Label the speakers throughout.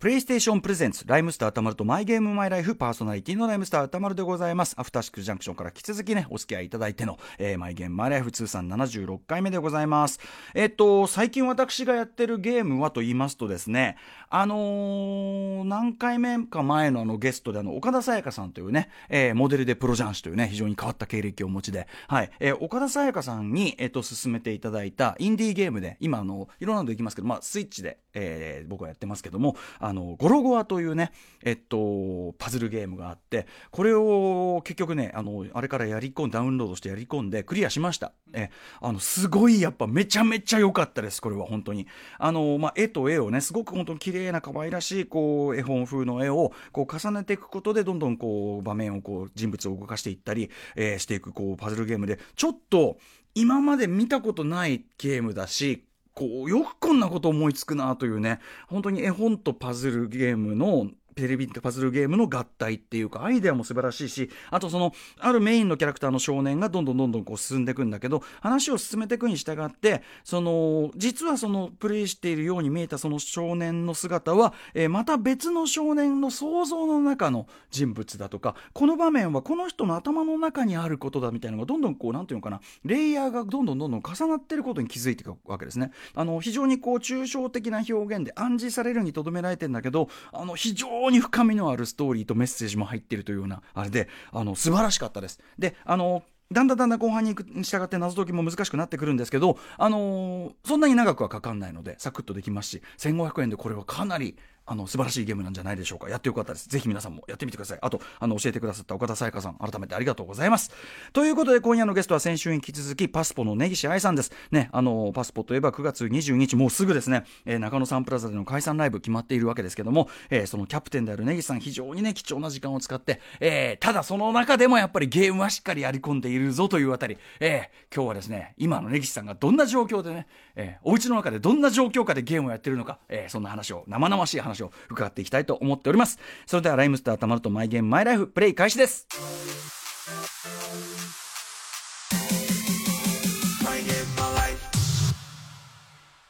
Speaker 1: プレイステーションプレゼンツ、ライムスター歌丸とマイゲームマイライフパーソナリティのライムスター歌丸でございます。アフターシックスジャンクションから引き続きね、お付き合いいただいての、えーマイゲームマイライフ通算76回目でございます。えっと、最近私がやってるゲームはと言いますとですね、あのー何回目か前のあのゲストであの、岡田沙耶香さんというね、えーモデルでプロジャンシというね、非常に変わった経歴をお持ちで、はい、えー岡田沙耶香さんに、えっと、勧めていただいたインディーゲームで、今あの、いろんなのできますけど、まあ、スイッチで、えー僕はやってますけども、あの、ゴロゴアというね、えっと、パズルゲームがあって、これを結局ね、あの、あれからやり込ん、ダウンロードしてやり込んでクリアしました。え、あの、すごいやっぱめちゃめちゃ良かったです、これは本当に。あの、まあ、絵と絵をね、すごく本当に綺麗な可愛らしい、こう、絵本風の絵を、こう、重ねていくことで、どんどんこう、場面をこう、人物を動かしていったり、えーしていく、こう、パズルゲームで、ちょっと、今まで見たことないゲームだし、こう、よくこんなこと思いつくなというね、本当に絵本とパズルゲームの、テレビパズルゲームの合体っていうか、アイデアも素晴らしいし、あとその、あるメインのキャラクターの少年がどんどんどんどんこう進んでいくんだけど、話を進めていくに従って、その、実はその、プレイしているように見えたその少年の姿は、えーまた別の少年の想像の中の人物だとか、この場面はこの人の頭の中にあることだみたいなのが、どんどんこう、なんていうのかな、レイヤーがどんどんどんどん重なってることに気づいていくわけですね。あの、非常にこう、抽象的な表現で暗示されるにとどめられてんだけど、あの、非常に深みのあるストーリーとメッセージも入ってるというような、あれで、あの、素晴らしかったです。で、あの、だんだんだんだん後半に行くに従って謎解きも難しくなってくるんですけど、あのーそんなに長くはかかんないので、サクッとできますし、1500円でこれはかなり、あの、素晴らしいゲームなんじゃないでしょうか。やってよかったです。ぜひ皆さんもやってみてください。あと、あの、教えてくださった岡田沙耶香さん、改めてありがとうございます。ということで、今夜のゲストは先週に引き続き、パスポの根岸愛さんです。ね、あの、パスポといえば9月22日、もうすぐですね、えー中野サンプラザでの解散ライブ決まっているわけですけども、えーそのキャプテンである根岸さん、非常にね、貴重な時間を使って、えーただその中でもやっぱりゲームはしっかりやり込んでいるぞというあたり、えー今日はですね、今の根岸さんがどんな状況でね、えーお家の中でどんな状況下でゲームをやってるのか、えーそんな話を、生々しい話を伺っていきたいと思っております。それでは、ライムスターたまるとマイゲームマイライフ、プレイ開始です。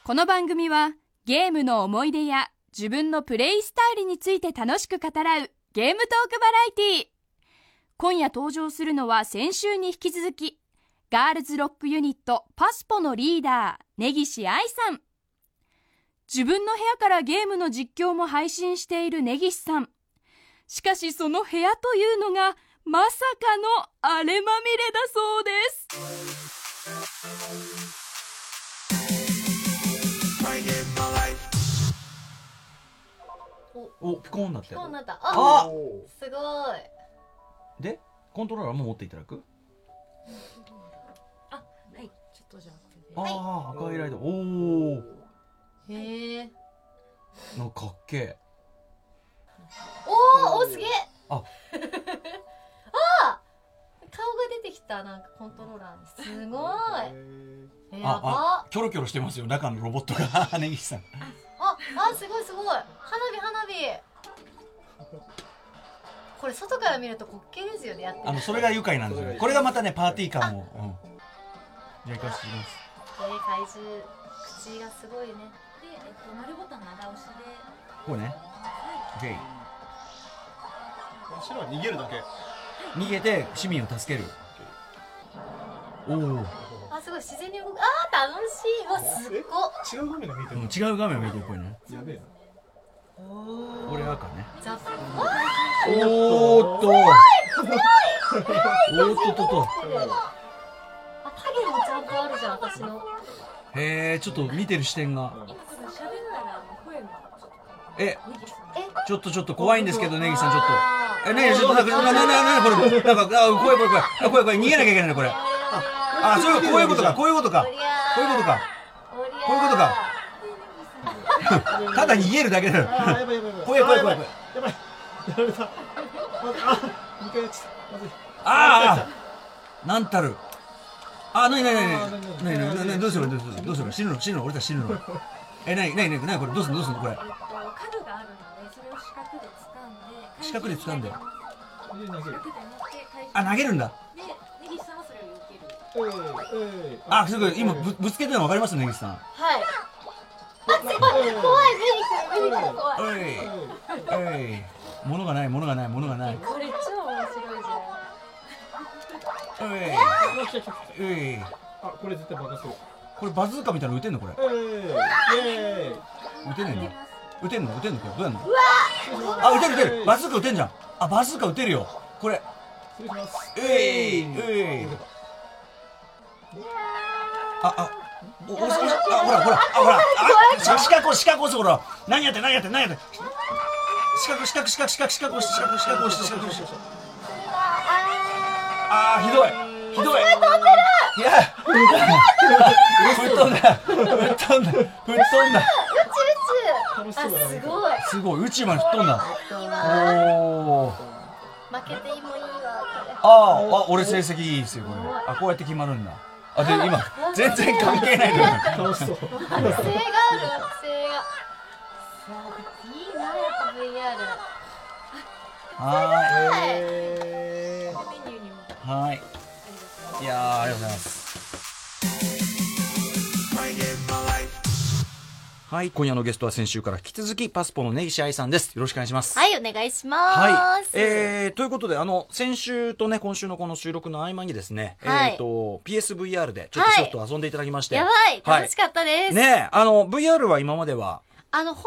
Speaker 2: この番組はゲームの思い出や自分のプレイスタイルについて楽しく語らうゲームトークバラエティ今夜登場するのは先週に引き続きガールズロックユニットパスポのリーダー根岸愛さん自分の部屋からゲームの実況も配信している根岸さんしかしその部屋というのがまさかの荒れまみれだそうです
Speaker 1: お、ピコーンなって
Speaker 3: そうなった。
Speaker 1: あ
Speaker 3: あ、すごい。
Speaker 1: で、コントローラーも持っていただく
Speaker 3: はい、ちょっとじゃ
Speaker 1: あ
Speaker 3: はい
Speaker 1: あ、赤いライト。おお、
Speaker 3: あ。へえ。
Speaker 1: なんかかっけえ。
Speaker 3: おーお、すげえ。
Speaker 1: あ
Speaker 3: あー顔が出てきた、なんかコントローラーに。すごい。えー、やばあ
Speaker 1: あ、キョロキョロしてますよ、中のロボットが、根岸さん。
Speaker 3: あ、すごいすごい。花火花火。これ外から見ると滑稽ですよね、やってる。
Speaker 1: あの、それが愉快なんですよ。これがまたね、パーティー感も。うんじゃあ、行かせていただきます。
Speaker 3: えー、怪獣。口がすごいね。
Speaker 4: で、えっと、丸ボタン長押しで、
Speaker 1: こうね。ゲイ。
Speaker 5: 白は逃げるだけ
Speaker 1: 逃げて、市民を助ける。おお、うん
Speaker 3: あ、すごい、自然に動く。あー、楽しい。うわ、すっご
Speaker 5: 違う画面が見えてる
Speaker 1: 違う画面を見てる、これね。
Speaker 5: やべえな
Speaker 1: これ赤ね。
Speaker 3: い。ザ・
Speaker 1: おーっと。おーっとっとっ
Speaker 3: あ、影もちゃんとあるじゃん、私の。
Speaker 1: と。へえ、ちょっと見てる視点が。
Speaker 4: 今すぐ喋ったら、声が、ちょっ
Speaker 1: え、
Speaker 4: と、ネギさん。
Speaker 1: ちょっとちょっと怖いんですけど、ネギさんちょっ
Speaker 3: あ
Speaker 1: と。え、ネギちょっと、なんか、な、な、な、な、これ、なんか、あ、怖い怖い怖い。あ、怖い怖い、逃げなきゃいけないね、これ。あ、そういう、こういうことか、こういうことか。こ
Speaker 3: おりゃー
Speaker 1: ういうことか。
Speaker 3: こういう
Speaker 1: こういうことかただ逃げるだけだよ。
Speaker 5: あーやばいやばいやばい
Speaker 1: 怖い怖い怖い
Speaker 5: あーやばいやばいやられたまずあー二回やっちゃったまずい
Speaker 1: ああなんたる。あ、なになにな
Speaker 5: あーな
Speaker 1: に
Speaker 5: に
Speaker 1: なに
Speaker 5: なに
Speaker 1: なになにどうするどうするどうする死ぬの死ぬの俺たち死ぬのえ、なになになになにこれどうするどうするこれ。
Speaker 4: えっと、角があるので、それを四角で掴んで、
Speaker 1: 四角で掴んで
Speaker 5: 逃げる逃げる
Speaker 4: 四角で持って、回
Speaker 1: あ、投げるんだ。
Speaker 4: 収で、ネギさんはそれを避ける。
Speaker 5: えいえい
Speaker 1: あ、すごい。今ぶ、ぶつけてるの分かりますネギさん。
Speaker 3: はい。
Speaker 5: 怖い
Speaker 3: 怖い、目に来る、目に来る、怖い。
Speaker 1: おい。
Speaker 5: えい
Speaker 1: えい物がない物がない物がない
Speaker 3: これ超面白いじゃ
Speaker 1: え
Speaker 5: よしよしよし
Speaker 1: いえい
Speaker 5: あこれ絶対爆発する
Speaker 1: これバズーカみたいなの撃てんのこれ
Speaker 5: えー、イエーイ
Speaker 1: 撃てねえの撃てんの撃てんのこれどうやんのあ撃てる撃てるバズーカ撃てんじゃんあバズーカ撃てるよこれ
Speaker 5: 失礼します
Speaker 1: えいえいああおおおおあほらほらあほらあし四角を四角を押すほら何やって何やって何やって四角四角四角四角四角押して四角四角押して四角押してあーひどいひどいいや吹っ飛んだ吹っ飛んだ吹っ飛んだ
Speaker 5: 楽し
Speaker 3: ん
Speaker 5: そうだ
Speaker 3: あ
Speaker 5: な
Speaker 3: すごい
Speaker 1: すごい宇宙まで吹っ飛んだおー
Speaker 3: 負けてもいいわ
Speaker 1: あーあ、俺成績いいですよ、これ。あ、こうやって決まるんだ。あ、で、今、全然関係ないと思う。
Speaker 5: 楽しそう
Speaker 3: これ学生がある学生がそういいなやっぱ
Speaker 1: は
Speaker 3: VR はい
Speaker 5: えー
Speaker 3: メニューにも
Speaker 1: ーい。はーい。いやー、ありがとうございます。はい、今夜のゲストは先週から引き続きパスポの根岸愛さんです。よろしくお願いします。
Speaker 3: はいお願いしま
Speaker 1: は
Speaker 3: ー
Speaker 1: い
Speaker 3: す、
Speaker 1: えー、ということであの先週とね今週のこの収録の合間にですね、
Speaker 3: はい
Speaker 1: えっ、と PSVR でちょっと
Speaker 3: はい
Speaker 1: ソフトを遊んでいただきまして、
Speaker 3: やばい楽しかったです、
Speaker 1: ねえあの VR は今までは
Speaker 3: あの、ほ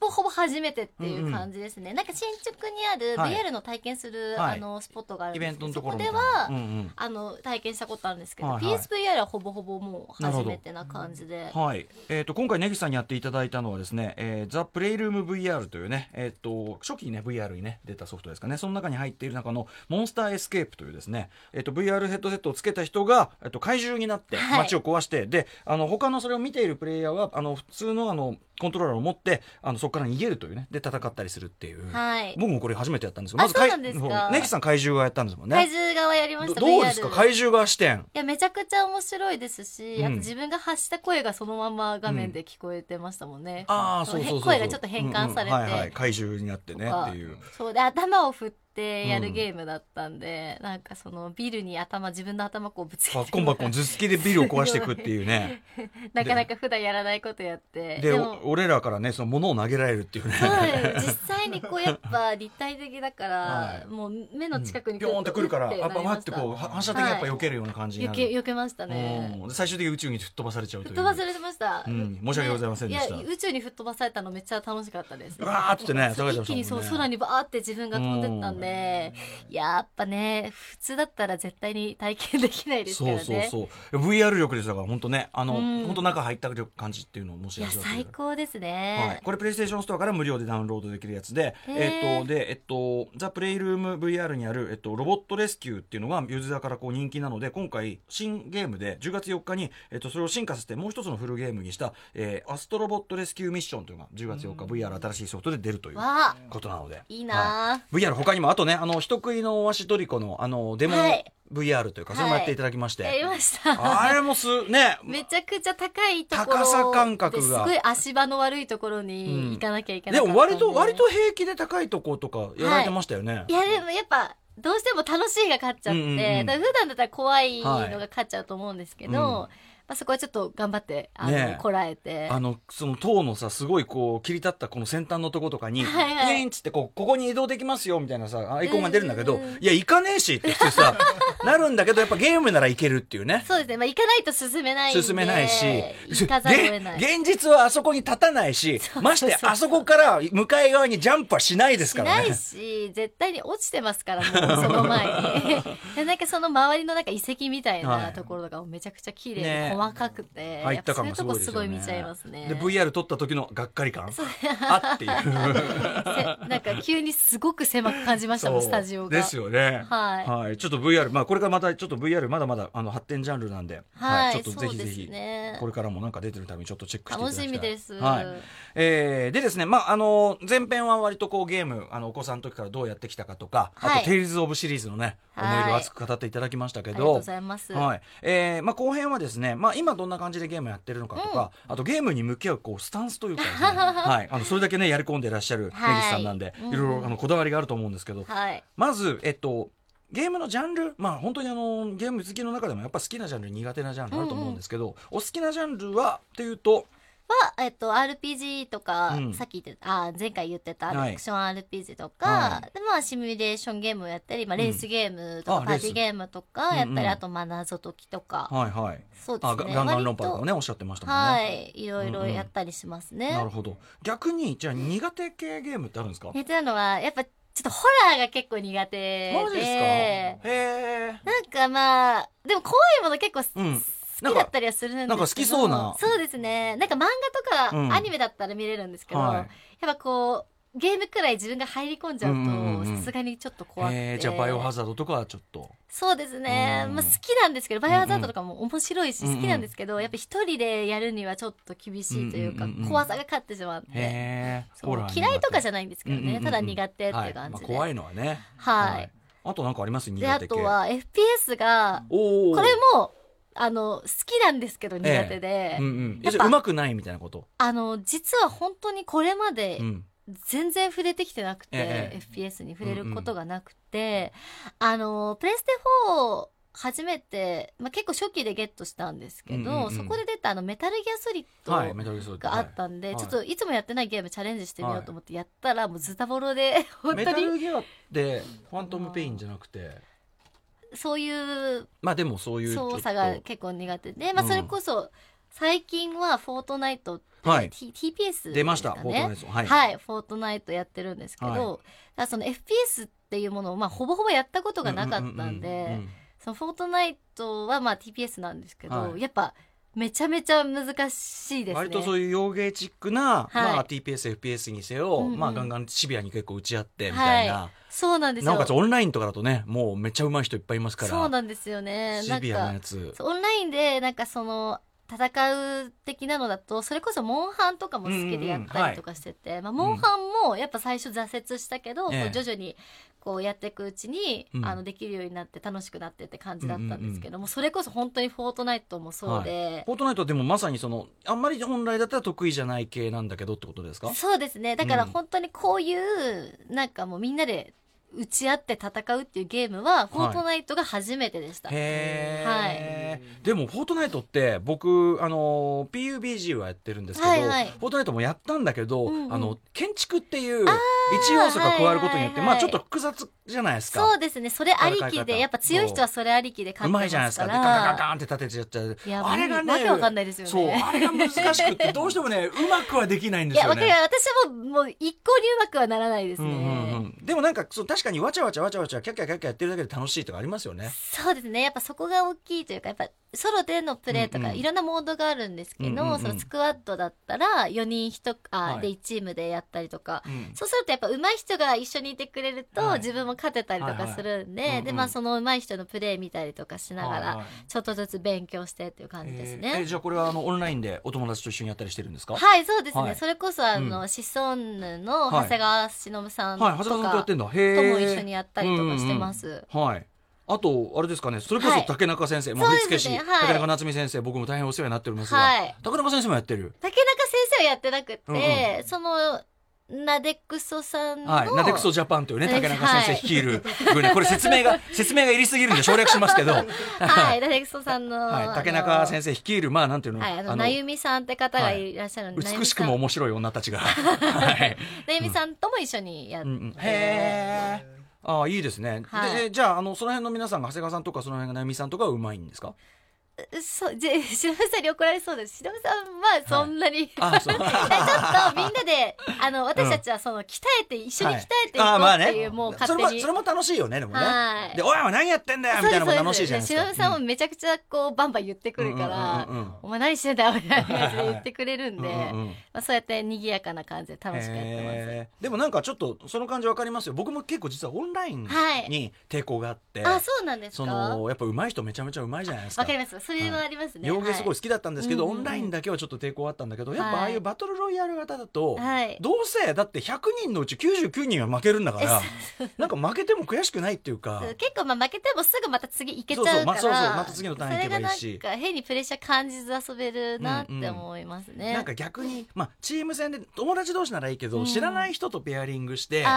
Speaker 3: ぼほぼ初めてっていう感じですね。なんか新宿にある
Speaker 1: はい
Speaker 3: VR の体験する、
Speaker 1: はい
Speaker 3: あのスポットがある
Speaker 1: イ
Speaker 3: ん
Speaker 1: ベ
Speaker 3: で
Speaker 1: ン
Speaker 3: す
Speaker 1: ト
Speaker 3: け
Speaker 1: のと
Speaker 3: ど、そ
Speaker 1: こ
Speaker 3: こ
Speaker 1: ろみ
Speaker 3: で
Speaker 1: たいな
Speaker 3: は、
Speaker 1: うんうん
Speaker 3: あの体験したことあるんですけど、
Speaker 1: はいはい
Speaker 3: PSVR はほぼほぼもう初めてな感じで。
Speaker 1: はいえー、と今回根岸さんにやっていただいたのはですね、えー、ザ・プレイルーム VR というね、えー、と初期にね VR にね出たソフトですかねその中に入っている中のモンスターエスケープというですね、えー、と VR ヘッドセットをつけた人が、えー、と怪獣になって
Speaker 3: はい
Speaker 1: 街を壊して、であの他のそれを見ているプレイヤーはあの普通のあのコントローラーを持ってあのそこから逃げるというねで戦ったりするっていう、
Speaker 3: はい。
Speaker 1: 僕もこれ初めてやったんですけどま
Speaker 3: あ
Speaker 1: ず怪
Speaker 3: そうなんですか
Speaker 1: 根岸さん怪獣がやったんですもんね
Speaker 3: 怪獣側やりました、
Speaker 1: どどうですか
Speaker 3: VR
Speaker 1: 怪獣が視点
Speaker 3: いや、めちゃくちゃ面白いですし、
Speaker 1: うん
Speaker 3: あと自分が発した声がそのまま画面で聞こえてましたもんね。
Speaker 1: ああそうそうそうそう
Speaker 3: 声がちょっと変換されて
Speaker 1: うんうんはいはい、怪獣になってねっていう
Speaker 3: そうで頭を振ってやるゲームだったんで、なんかそのビルに頭自分の頭こうぶつけて
Speaker 1: バッコンバッコン頭突きでビルを壊していくっていう ね
Speaker 3: なかなか普段やらないことやって。
Speaker 1: で
Speaker 3: で
Speaker 1: お
Speaker 3: も、
Speaker 1: 俺らからねその物を投げられるっていうね
Speaker 3: そうだよ実際にこうやっぱ立体的だから、
Speaker 1: はい
Speaker 3: もう目の近くに
Speaker 1: ピョーンってくる から
Speaker 3: ピョ
Speaker 1: や
Speaker 3: ン
Speaker 1: っぱ待ってこうは反射的にやっぱ避けるような感じに
Speaker 3: 避
Speaker 1: なる、
Speaker 3: け、避けましたね。
Speaker 1: うんで最終的に宇宙に吹っ飛ばされちゃうという
Speaker 3: 吹っ飛ばされてました。
Speaker 1: うん申し訳ございませんでした
Speaker 3: ねいや、宇宙に吹っ飛ばされたのめっちゃ楽しかったです。
Speaker 1: うわーっつってね下がっちゃいましたもんね
Speaker 3: 一気にそう、空にバーって自分が飛んでったんで、やっぱね、普通だったら絶対に体験できないですから
Speaker 1: そう
Speaker 3: ね。
Speaker 1: そうそう VR 力ですだから本当ねあの、
Speaker 3: うん
Speaker 1: 本当中入った感じっていうのをもし
Speaker 3: いや、
Speaker 1: 味わって
Speaker 3: 最高で
Speaker 1: は
Speaker 3: す
Speaker 1: い
Speaker 3: ね、。
Speaker 1: これプレイステーションストアから無料でダウンロードできるやつで、
Speaker 3: へー
Speaker 1: えっと、で、えっと、ザ・プレイルーム VR にある、えっと、ロボットレスキューっていうのがユーザーからこう人気なので、今回、新ゲームで10月4日に、えっと、それを進化させてもう一つのフルゲームにした、えーアストロボットレスキューミッションというのが10月4日 VR 新しいソフトで出るという
Speaker 3: わあ、
Speaker 1: ことなので。
Speaker 3: いいなあ、
Speaker 1: VR 他にも、あとね、あの、人食いのオアシトリコの、あの、デモ
Speaker 3: はい
Speaker 1: VR というか、それもやっていただきまして。
Speaker 3: やりました。
Speaker 1: あれもす、ね、
Speaker 3: めちゃくちゃ高いところ
Speaker 1: 高さ感覚が
Speaker 3: ですごい足場の悪いところ
Speaker 1: うん
Speaker 3: に行かなきゃいけない、
Speaker 1: でも割と、割と平気で高いとことかやられてましたよね。
Speaker 3: いやでもやっぱどうしても楽しいが勝っちゃって、
Speaker 1: うんうんうん
Speaker 3: だから普段だったら怖いの
Speaker 1: はい
Speaker 3: が勝っちゃうと思うんですけど、
Speaker 1: うん
Speaker 3: まあ、そこはちょっと頑張ってあの、
Speaker 1: ねえ
Speaker 3: こらえて
Speaker 1: あの、その塔のさ、すごいこう、切り立ったこの先端のとことかに、
Speaker 3: はいはい
Speaker 1: ピエンっつってこう、ここに移動できますよ、みたいなさ、アイコンが出るんだけど
Speaker 3: うんうんう、ん
Speaker 1: いや、行かねえしって普通さ、なるんだけど、やっぱゲームなら行けるっていう ね。
Speaker 3: そうですね、まあ、行かないと進めないんで
Speaker 1: 進めないし、
Speaker 3: 行かざるを 得ない
Speaker 1: げ現実はあそこに立たない し、ましてあそこから向かい側にジャンプはしないです
Speaker 3: し
Speaker 1: から
Speaker 3: な
Speaker 1: ね。
Speaker 3: いし絶対に落ちてますからもうその前に でなんかその周りのなんか遺跡みたい
Speaker 1: はい
Speaker 3: なところとかもめちゃくちゃ綺麗で、
Speaker 1: ねえ
Speaker 3: 細かくて
Speaker 1: 入った感
Speaker 3: や
Speaker 1: が
Speaker 3: っぱ
Speaker 1: す
Speaker 3: そう
Speaker 1: ご
Speaker 3: いう
Speaker 1: い
Speaker 3: と
Speaker 1: で
Speaker 3: こ
Speaker 1: す
Speaker 3: す
Speaker 1: よ
Speaker 3: ご
Speaker 1: ね。
Speaker 3: い見ちゃいますね
Speaker 1: で、VR 撮った時のがっかり感あって いう。
Speaker 3: せなんか急にすごく狭く感じましたもん、
Speaker 1: そう
Speaker 3: スタジオが。
Speaker 1: ですよね。
Speaker 3: はい
Speaker 1: ちょっと VR、まあこれからまたちょっと VR まだまだあの発展ジャンルなんで、
Speaker 3: はい
Speaker 1: ちょっとぜひぜ
Speaker 3: そう
Speaker 1: ひ、
Speaker 3: ですね
Speaker 1: これからもなんか出てるたびにちょっとチェックしていただきたい。
Speaker 3: 楽しみです
Speaker 1: はい。えーでですね、まああの前編は割とこうゲームあのお子さんの時からどうやってきたかとか、
Speaker 3: は
Speaker 1: あ
Speaker 3: い
Speaker 1: とテイルズオブシリーズのね思い
Speaker 3: はい
Speaker 1: 出を熱く語っていただきました
Speaker 3: あ
Speaker 1: け
Speaker 3: りがとう
Speaker 1: ど
Speaker 3: ご。ざいます。
Speaker 1: はいえーまあ、後編はですね、まあ、今どんな感じでゲームやってるのかとか、あとゲームに向き合うこうスタンスというかです ね、はい、あのそれだけねやり込んでいらっしゃる根
Speaker 3: はい
Speaker 1: 岸さんなんで、
Speaker 3: うん
Speaker 1: いろいろあのこだわりがあると思うんですけど、
Speaker 3: はい。
Speaker 1: まず、えっと、ゲームのジャンル、まあ、本当にあのゲーム好きの中でもやっぱ好きなジャンル苦手なジャンルあると思うんですけど、お好きなジャンルはっていうと
Speaker 3: は、えっと、RPG とか、
Speaker 1: うん
Speaker 3: さっき言ってた、あー前回言ってた、
Speaker 1: はい
Speaker 3: アクション RPG とか、
Speaker 1: は
Speaker 3: で、まあ、シミュレーションゲームをやったり、まあ、レースゲームと
Speaker 1: うんあ
Speaker 3: か、パーティーゲームとか、や
Speaker 1: レー
Speaker 3: ったり、
Speaker 1: スうんうん
Speaker 3: あと、まあ、謎解きとか、
Speaker 1: はいはい。
Speaker 3: そうで
Speaker 1: あ、
Speaker 3: す
Speaker 1: ガ
Speaker 3: ね。
Speaker 1: ガンガンロンパ
Speaker 3: 割
Speaker 1: と
Speaker 3: と
Speaker 1: かね、おっしゃってましたもんね。
Speaker 3: はい、いろいろやったりしますね。
Speaker 1: なるほど。逆に、じゃあ苦手系ゲームってあるんですか
Speaker 3: やってたのは、やっぱ、ちょっとホラーが結構苦手で。
Speaker 1: マジですかへえ。
Speaker 3: なんかまあ、でも怖いもの結構す、
Speaker 1: うん
Speaker 3: 好きだったりはするんですけ
Speaker 1: な
Speaker 3: ど
Speaker 1: んか好きそうな
Speaker 3: そうですね。なんか漫画と
Speaker 1: うん
Speaker 3: かアニメだったら見れるんですけど、
Speaker 1: は
Speaker 3: やっぱこう、ゲームくらい自分が入り込んじゃ
Speaker 1: うんうんう
Speaker 3: うん
Speaker 1: う
Speaker 3: と、
Speaker 1: ん
Speaker 3: さすがにちょっと怖く
Speaker 1: へ
Speaker 3: て。
Speaker 1: え、じゃあバイオハザードとかはちょっと。
Speaker 3: そうですね。
Speaker 1: うん
Speaker 3: まあ好きなんですけど、バイオハザードとかも面白いし
Speaker 1: うんうん
Speaker 3: 好きなんですけど、やっぱ一人でやるにはちょっと厳しいというか、
Speaker 1: うんうんうんうん
Speaker 3: 怖さが勝ってしまって。
Speaker 1: へえ。
Speaker 3: そう
Speaker 1: ホラー
Speaker 3: 嫌いとかじ
Speaker 1: ゃ
Speaker 3: ゃないんですけどね、
Speaker 1: うんうんうんうん
Speaker 3: ただ苦手っていう
Speaker 1: は
Speaker 3: 感
Speaker 1: いま
Speaker 3: じ
Speaker 1: あ
Speaker 3: で。
Speaker 1: 怖いのはね。
Speaker 3: はい。
Speaker 1: あとなんかあります苦手
Speaker 3: で、
Speaker 1: 系。
Speaker 3: あとは FPS が、
Speaker 1: おお。
Speaker 3: これも、あの、好きなんですけど苦手で、
Speaker 1: うんうん。え
Speaker 3: やっぱ
Speaker 1: じゃあうまくないみたいなこと。
Speaker 3: あの、実は本当にこれまで
Speaker 1: うん。
Speaker 3: 全然触れてきてなくて、
Speaker 1: え
Speaker 3: FPS に触れることがなくて、あの、プレステ4、初めて、まあ、結構初期でゲットしたんですけど、
Speaker 1: うんうんうん
Speaker 3: そこで出たあのメタルギアソリッド
Speaker 1: はい、メタルギアソリッド。
Speaker 3: があったんで、
Speaker 1: はい
Speaker 3: ちょっといつもやってないゲームチャレンジしてみようと思ってやったら、もうズタボロで、
Speaker 1: はい
Speaker 3: 本
Speaker 1: メ
Speaker 3: 当
Speaker 1: タ
Speaker 3: に
Speaker 1: ルギアって、ファントムペインじゃなくて、
Speaker 3: そういう
Speaker 1: まあでもそういうちょっと。
Speaker 3: 操作が結構苦手で、まあ、
Speaker 1: うん
Speaker 3: それこそ最近は「フォートナイト」って、
Speaker 1: はい
Speaker 3: T- TPS
Speaker 1: 出ました、
Speaker 3: です
Speaker 1: フォ
Speaker 3: か
Speaker 1: ートナ
Speaker 3: ね
Speaker 1: イト。はい。
Speaker 3: はい、フォートナイトやってるんですけど、
Speaker 1: はい
Speaker 3: だからその FPS っていうものを、まあ、ほぼほぼやったことがなかったん
Speaker 1: うううう
Speaker 3: で
Speaker 1: ん
Speaker 3: そのフォートナイトはまあ TPS なんですけど、
Speaker 1: はい
Speaker 3: やっぱめちゃめちゃ難しいですね。
Speaker 1: 割とそういう洋芸チックな、
Speaker 3: はい
Speaker 1: まあ、TPS、FPS にせよ、
Speaker 3: うんうん
Speaker 1: まあ、ガンガンシビアに結構打ち合ってみたいな、
Speaker 3: そうなんですよ
Speaker 1: なおかつオンラインとかだとねもうめっちゃ上手い人いっぱいいますから
Speaker 3: そうなんですよね。な
Speaker 1: シ
Speaker 3: ん
Speaker 1: ビアな
Speaker 3: か
Speaker 1: やつ
Speaker 3: そうオンラインでなんかその戦う的なのだとそれこそモンハンとかも好きでやっ
Speaker 1: うんうんうん
Speaker 3: た
Speaker 1: はい
Speaker 3: りとかしてて、まあ、モンハンもやっぱ最初挫折したけど、
Speaker 1: ええ
Speaker 3: こう徐々にこうやっていくうちに、
Speaker 1: うん
Speaker 3: あのできるようになって楽しくなってって感じだったんですけど、もうそれこそ本当に「フォートナイト」もそうで、
Speaker 1: フォートナイトでもまさにそのあんまり本来だったら得意じゃない系なんだけどってことですか
Speaker 3: そうですねだから
Speaker 1: うん
Speaker 3: 本当にこういうなんかもうみんなで打ち合って戦うっていうゲームは「フォートナイト」が初めてでした。
Speaker 1: へ
Speaker 3: は
Speaker 1: え、でも「フォートナイト」って僕あの PUBG はやってるんですけど、
Speaker 3: はいはい
Speaker 1: フォートナイトもやったんだけど、
Speaker 3: うんうん
Speaker 1: あの建築っていう一要素が加わることによって、
Speaker 3: はいは
Speaker 1: まあ
Speaker 3: いはい
Speaker 1: ちょっと複雑じゃないですか
Speaker 3: そうですねそれあり
Speaker 1: 戦い
Speaker 3: き
Speaker 1: 方
Speaker 3: でやっぱ強い人はそれありきで
Speaker 1: う
Speaker 3: 勝って
Speaker 1: ま
Speaker 3: ま
Speaker 1: いじゃないですす
Speaker 3: か
Speaker 1: か。で、
Speaker 3: ら
Speaker 1: ガンガンガンって立てちゃって。
Speaker 3: いや
Speaker 1: あれがね、
Speaker 3: わけわかんないですよね
Speaker 1: そう、あれが難しく って、どうしてもね、うまくはできないん
Speaker 3: い
Speaker 1: です
Speaker 3: や、
Speaker 1: よ
Speaker 3: わかる。
Speaker 1: ね。
Speaker 3: 私も、もう、一向にうまくはならないです
Speaker 1: うん
Speaker 3: ね。
Speaker 1: うんうん、でもなんかそう確かにわちゃわちゃわちゃわちゃキャッキャキャッキャやってるだけで楽しいとかありますよね。
Speaker 3: そうですね。やっぱそこが大きいというか、やっぱ、ソロでのプレイとか、
Speaker 1: うんうん
Speaker 3: いろんなモードがあるんですけど、
Speaker 1: うんうんうん
Speaker 3: そのスクワットだったら、4人1、あ、
Speaker 1: はい
Speaker 3: で、1チームでやったりとか、
Speaker 1: うん
Speaker 3: そうするとやっぱ上手い人が一緒にいてくれると、
Speaker 1: はい
Speaker 3: 自分も勝てたりとかするんで、
Speaker 1: はいはいうんうん
Speaker 3: で、まあその上手い人のプレイ見たりとかしなが
Speaker 1: はい
Speaker 3: ら
Speaker 1: は、い
Speaker 3: ちょっとずつ勉強してっていう感じですね。
Speaker 1: えーえーじゃあこれはあのオンラインでお友達と一緒にやったりしてるんですか。
Speaker 3: はい、そうですね。
Speaker 1: はい
Speaker 3: それこそ、あの、
Speaker 1: う
Speaker 3: シソンヌ
Speaker 1: はい
Speaker 3: の長谷川忍さんとか、
Speaker 1: はい、長谷川さんとやってんだ。へえ。
Speaker 3: とも一緒にやったりとかしてます。
Speaker 1: はい。あと、あれですかね、それこそ
Speaker 3: はい
Speaker 1: 竹中先生、もう
Speaker 3: そう
Speaker 1: 振
Speaker 3: ですね
Speaker 1: 付師、
Speaker 3: はい
Speaker 1: 竹中夏美先生、僕も大変お世話になっておりますが、
Speaker 3: はい
Speaker 1: 竹中先生もやってる。
Speaker 3: 竹中先生はやってなくて、
Speaker 1: うん
Speaker 3: その、なでくそさんの、
Speaker 1: はい、なでくそジャパンというね、
Speaker 3: はい
Speaker 1: 竹中先生率いる軍で、これ説 明が、説明が入りすぎるんで省略しますけど、はい、
Speaker 3: は い、なでくそさんの、
Speaker 1: はい竹中先
Speaker 3: 生。
Speaker 1: 生率いる、まあなんていうの、
Speaker 3: はい、あの、なゆみさんって方がいらっしゃるんで、なゆ
Speaker 1: 美
Speaker 3: み
Speaker 1: し
Speaker 3: さ
Speaker 1: く
Speaker 3: ん
Speaker 1: も面白い女たちが、はい。
Speaker 3: なゆみさんとも一緒にやっ
Speaker 1: う
Speaker 3: て、
Speaker 1: んう ん、へえ。ああいいですね、
Speaker 3: はい
Speaker 1: でじゃああのその辺の皆さんが長谷川さんとかその辺がなゆみさんとかはうまいんですか
Speaker 3: そう、じゃ、しのぶさんに怒られそうです。しのぶさんはそんなに、
Speaker 1: あそう
Speaker 3: ちょっとみんなで、あの、私たちはその、鍛えて、一緒に鍛えていこ
Speaker 1: あ
Speaker 3: う
Speaker 1: ーまあ
Speaker 3: ってい
Speaker 1: ね
Speaker 3: う、もう
Speaker 1: そ
Speaker 3: 勝
Speaker 1: れ
Speaker 3: 手
Speaker 1: も
Speaker 3: に。
Speaker 1: それも楽しいよねでもね、
Speaker 3: はい
Speaker 1: で「おいおい何やってんだよ」みたいなのも楽しいじゃないですか
Speaker 3: そうですそうですでしのぶさんもめちゃくちゃこうバンバン言ってくるから、
Speaker 1: うんうんうんうん
Speaker 3: お前何してんだよみたいな感じで言ってくれるんで、
Speaker 1: うんうんうん
Speaker 3: まあ、そうやって賑やかな感じで楽しくやってます。
Speaker 1: へーでもなんかちょっとその感じわかりますよ僕も結構実はオンライン
Speaker 3: はい
Speaker 1: に抵抗があって、
Speaker 3: あ、そうなんです
Speaker 1: そ
Speaker 3: か。
Speaker 1: の
Speaker 3: わ
Speaker 1: やっぱ上手い人めちゃめちゃ上手いじゃないですか
Speaker 3: かります。それはありますね。
Speaker 1: 洋芸すごい好きだったんですけど、
Speaker 3: うんうん
Speaker 1: オ
Speaker 3: うん
Speaker 1: ンラインだけはちょっと抵抗あったんだけどやっ
Speaker 3: は
Speaker 1: ぱ
Speaker 3: い
Speaker 1: ああいうバトルロイヤル型だと、
Speaker 3: はい
Speaker 1: どうせだって100人のうち99人は負けるんだからなんか負けても悔しくないっていうか
Speaker 3: はい。結構まあ負けてもすぐまた次行けちゃう
Speaker 1: そうそう
Speaker 3: か
Speaker 1: まあ
Speaker 3: ら
Speaker 1: そうそうまた次のターン行けばいいし
Speaker 3: それがなんか変にプレッシャー感じず遊べるなって思いますね、
Speaker 1: なんか逆に、まあ、チーム戦で友達同士ならいいけど、
Speaker 3: うん
Speaker 1: 知らない人とペアリングしてや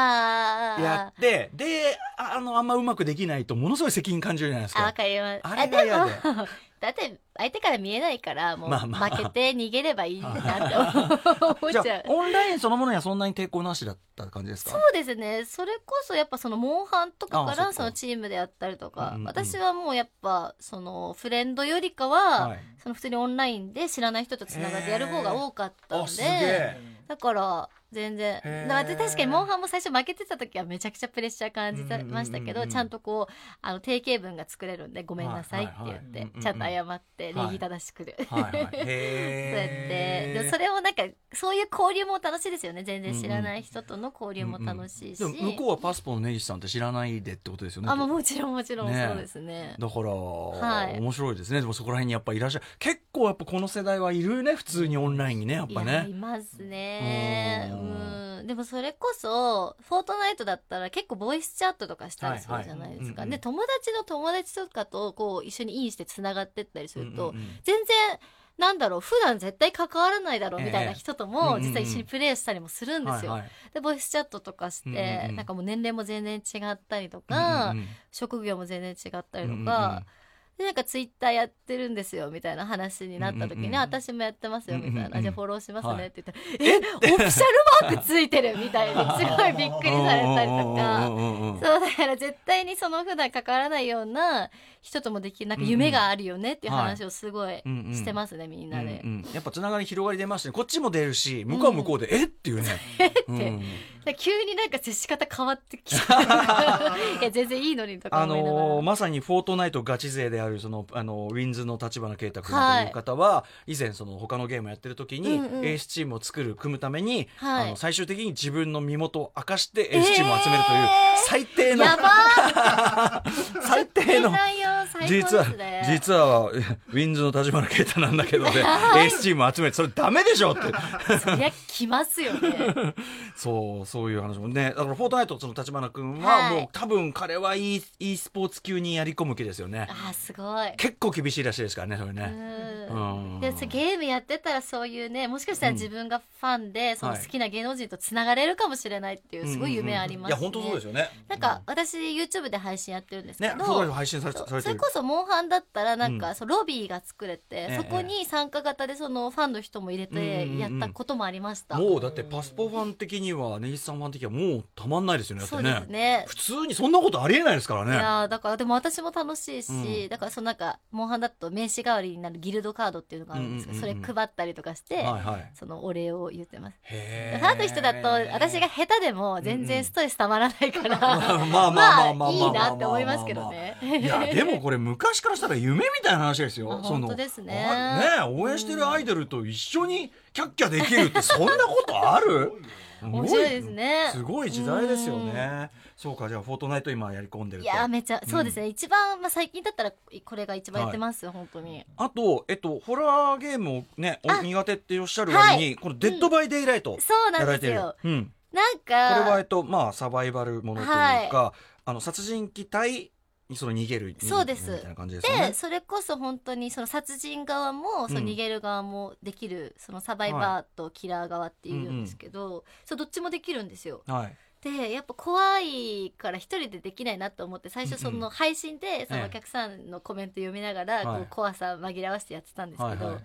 Speaker 3: あー
Speaker 1: ってでああのあんまうまくできないとものすごい責任感じるじゃないです
Speaker 3: あ、わ
Speaker 1: か。
Speaker 3: かります。
Speaker 1: あれが嫌で
Speaker 3: あでも、だって相手から見えないからもう
Speaker 1: まあまあ
Speaker 3: 負けて逃げればいいなって思 っ
Speaker 1: じゃ
Speaker 3: ちゃ
Speaker 1: あ
Speaker 3: う。
Speaker 1: オンラインそのものにはそんなに抵抗なしだった感じです
Speaker 3: そ
Speaker 1: か
Speaker 3: うですねそれこそやっぱそのモンハンと
Speaker 1: あ
Speaker 3: かか
Speaker 1: あそっ
Speaker 3: ら
Speaker 1: か
Speaker 3: そのチームでやったりとか、
Speaker 1: うんうんうん
Speaker 3: 私はもうやっぱそのフレンドよりかは、
Speaker 1: はい
Speaker 3: その普通にオンラインで知らない人とつながってやる方が多かったん
Speaker 1: あすげえ
Speaker 3: でだから全然
Speaker 1: へー
Speaker 3: だから確かにモンハンも最初負けてた時はめちゃくちゃプレッシャー感じてましたけ
Speaker 1: うん
Speaker 3: ど、
Speaker 1: うんうんうん
Speaker 3: ちゃんとこうあの定型文が作れるんでごめんなさいって言って、
Speaker 1: はいはいはい
Speaker 3: ちゃんと謝って
Speaker 1: はい
Speaker 3: 礼儀正しくる、
Speaker 1: はいはい
Speaker 3: そうやって
Speaker 1: へー
Speaker 3: でもそれをなんかそういう交流も楽しいですよね全然知らない人との交流も楽しいし、
Speaker 1: でも向こうはパスポの根岸さんって知らないでってことですよね
Speaker 3: あもうもちろんもちろん
Speaker 1: ね
Speaker 3: そうですね
Speaker 1: だから、
Speaker 3: い
Speaker 1: 面白いですねでもそこら辺にやっぱいらっしゃる結構やっぱこの世代はいるね普通にオンラインにねやっぱ
Speaker 3: いやい
Speaker 1: ね
Speaker 3: ますね
Speaker 1: う
Speaker 3: うんんでもそれこそ「フォートナイト」だったら結構ボイスチャットとかしたりするじゃないですか、
Speaker 1: はいはいうんうん
Speaker 3: で友達の友達とかとこう一緒にインしてつながってったりすると、
Speaker 1: うんうんうん
Speaker 3: 全然なんだろう普段絶対関わらないだろうみたいな人と
Speaker 1: ええ
Speaker 3: も
Speaker 1: うんうんうん
Speaker 3: 実は一緒にプレイしたりもするんですよ、
Speaker 1: はいはい
Speaker 3: でボイスチャットとかして、
Speaker 1: うんうんうん
Speaker 3: なんかもう年齢も全然違ったりとか、
Speaker 1: うんうんうん
Speaker 3: 職業も全然違ったり
Speaker 1: うん
Speaker 3: とか、
Speaker 1: うんうん
Speaker 3: でなんかツイッターやってるんですよみたいな話になった
Speaker 1: う
Speaker 3: 時に、
Speaker 1: んうんうん
Speaker 3: 私もやってますよみたいな、
Speaker 1: うんうんうん
Speaker 3: じゃあフォローします
Speaker 1: はい
Speaker 3: ねって言ったら、えオフィシャルマークついてるみ たいにすごいびっくりされたりと
Speaker 1: う
Speaker 3: か
Speaker 1: んうんうんうん
Speaker 3: そうだから絶対にその普段関わらないような人ともできるなんか夢があるよねっていう話をすごい
Speaker 1: うんうん
Speaker 3: してますねみんなで、
Speaker 1: うんうんやっぱつながり広がり出ましてこっちも出るし向こうは向こうで、えっていうねえって
Speaker 3: で急になんか接し方変わって きたいや全然いいのにとか
Speaker 1: あ
Speaker 3: 思いながら、
Speaker 1: のーまさに「フォートナイト」ガチ勢であるその、あのーウィンズの立花慶太君
Speaker 3: は
Speaker 1: と
Speaker 3: い
Speaker 1: いう方は、以前その他のゲームやってる時に、
Speaker 3: うんうん
Speaker 1: エースチームを作る組むために、
Speaker 3: はい
Speaker 1: あの最終的に自分の身元を明かしてエースチームを集めるという、
Speaker 3: えー
Speaker 1: 最低の
Speaker 3: やばー
Speaker 1: 最低の
Speaker 3: 内容最高で
Speaker 1: 実は
Speaker 3: すね
Speaker 1: 実は えウィンズの立花慶太なんだけ どでエースチームを集めてそれダメでしょって
Speaker 3: そりゃ来ますよね。
Speaker 1: そう、そういう話もね。だから、フォートナイト、その立花君は、
Speaker 3: はい
Speaker 1: もう、多分彼はいい、いいスポーツ級にやり込む気ですよね。
Speaker 3: あーすごい。
Speaker 1: 結構厳しいらしいですからね、それ
Speaker 3: う
Speaker 1: ね。うん
Speaker 3: んでそうゲームやってたらそういうねもしかしたら自分がファンで、その
Speaker 1: はい
Speaker 3: 好きな芸能人とつながれるかもしれないっていうすごい夢あります
Speaker 1: い
Speaker 3: ね、
Speaker 1: や、本当そうですよね。
Speaker 3: なんか私 YouTube で配信やってるんです
Speaker 1: ね、フ
Speaker 3: け
Speaker 1: ォート
Speaker 3: ど、
Speaker 1: ナイト配信され
Speaker 3: そう
Speaker 1: され
Speaker 3: そ
Speaker 1: て
Speaker 3: れ
Speaker 1: る。
Speaker 3: こそモンハンだったらなんか、
Speaker 1: うん
Speaker 3: そうロビーが作れて、
Speaker 1: ええ
Speaker 3: そこに参加型でそのファンの人も入れ
Speaker 1: うんうん
Speaker 3: て
Speaker 1: うん
Speaker 3: やったこともありました、
Speaker 1: もう、だって、パスポファン的には、根岸さんファン的には、もう、たまんないですよね。だって
Speaker 3: そうです
Speaker 1: ね。
Speaker 3: ね
Speaker 1: 普通に、そんなことありえないですから
Speaker 3: い
Speaker 1: ね。
Speaker 3: やーだからでも私も楽しいし、
Speaker 1: うん
Speaker 3: だからそのなんかモンハンだと名刺代わりになるギルドカードっていうのがあるんですけど、
Speaker 1: うんうんうんうん
Speaker 3: それ配ったりとかして、
Speaker 1: はいはい。
Speaker 3: そのお礼を言ってます。
Speaker 1: へ
Speaker 3: フ
Speaker 1: ー
Speaker 3: ァンの人だと私が、下手でも全然ストレスたまらないから、
Speaker 1: まあまあまあまあまあ
Speaker 3: いいなって思いますけどね。
Speaker 1: いやでもこれ昔からしたら夢みたいな話ですよ。
Speaker 3: あ
Speaker 1: その
Speaker 3: 本当ですね
Speaker 1: あね応援してるアイドルと一緒にキャッキャできるってそんなことある？
Speaker 3: 面白いですね。
Speaker 1: すごい時代ですよね。そうかじゃあフォートナイト今やり込んでる
Speaker 3: い
Speaker 1: と。
Speaker 3: やーめちゃそうですね、一番、まあ、最近だったらこれが一番やってます、本当に
Speaker 1: あとえっとホラーゲームをねお
Speaker 3: あ
Speaker 1: 苦手っておっしゃる割に、このデッドバイデイライト
Speaker 3: そう
Speaker 1: や
Speaker 3: な
Speaker 1: ら
Speaker 3: ん
Speaker 1: れ
Speaker 3: です
Speaker 1: てる。
Speaker 3: よ
Speaker 1: うん。
Speaker 3: なん
Speaker 1: これは、え
Speaker 3: か
Speaker 1: っと、まあ、サバイバルものというか、
Speaker 3: は
Speaker 1: あの、殺人鬼対、その逃げる。
Speaker 3: そうです
Speaker 1: みたいな感じですよね
Speaker 3: で。それこそ本当にその殺人側もその
Speaker 1: うん
Speaker 3: 逃げる側もできる、そのサバイバーとキラー側っていうんですけど、そうどっちもできるんですよ
Speaker 1: はい。
Speaker 3: でやっぱ怖いから一人でできないなと思って最初そ
Speaker 1: うんうん
Speaker 3: の配信でそ
Speaker 1: ええ
Speaker 3: のお客さんのコメント読みながら
Speaker 1: はい
Speaker 3: こう怖さ紛らわしてやってたんです
Speaker 1: は
Speaker 3: け
Speaker 1: いは
Speaker 3: ど
Speaker 1: い。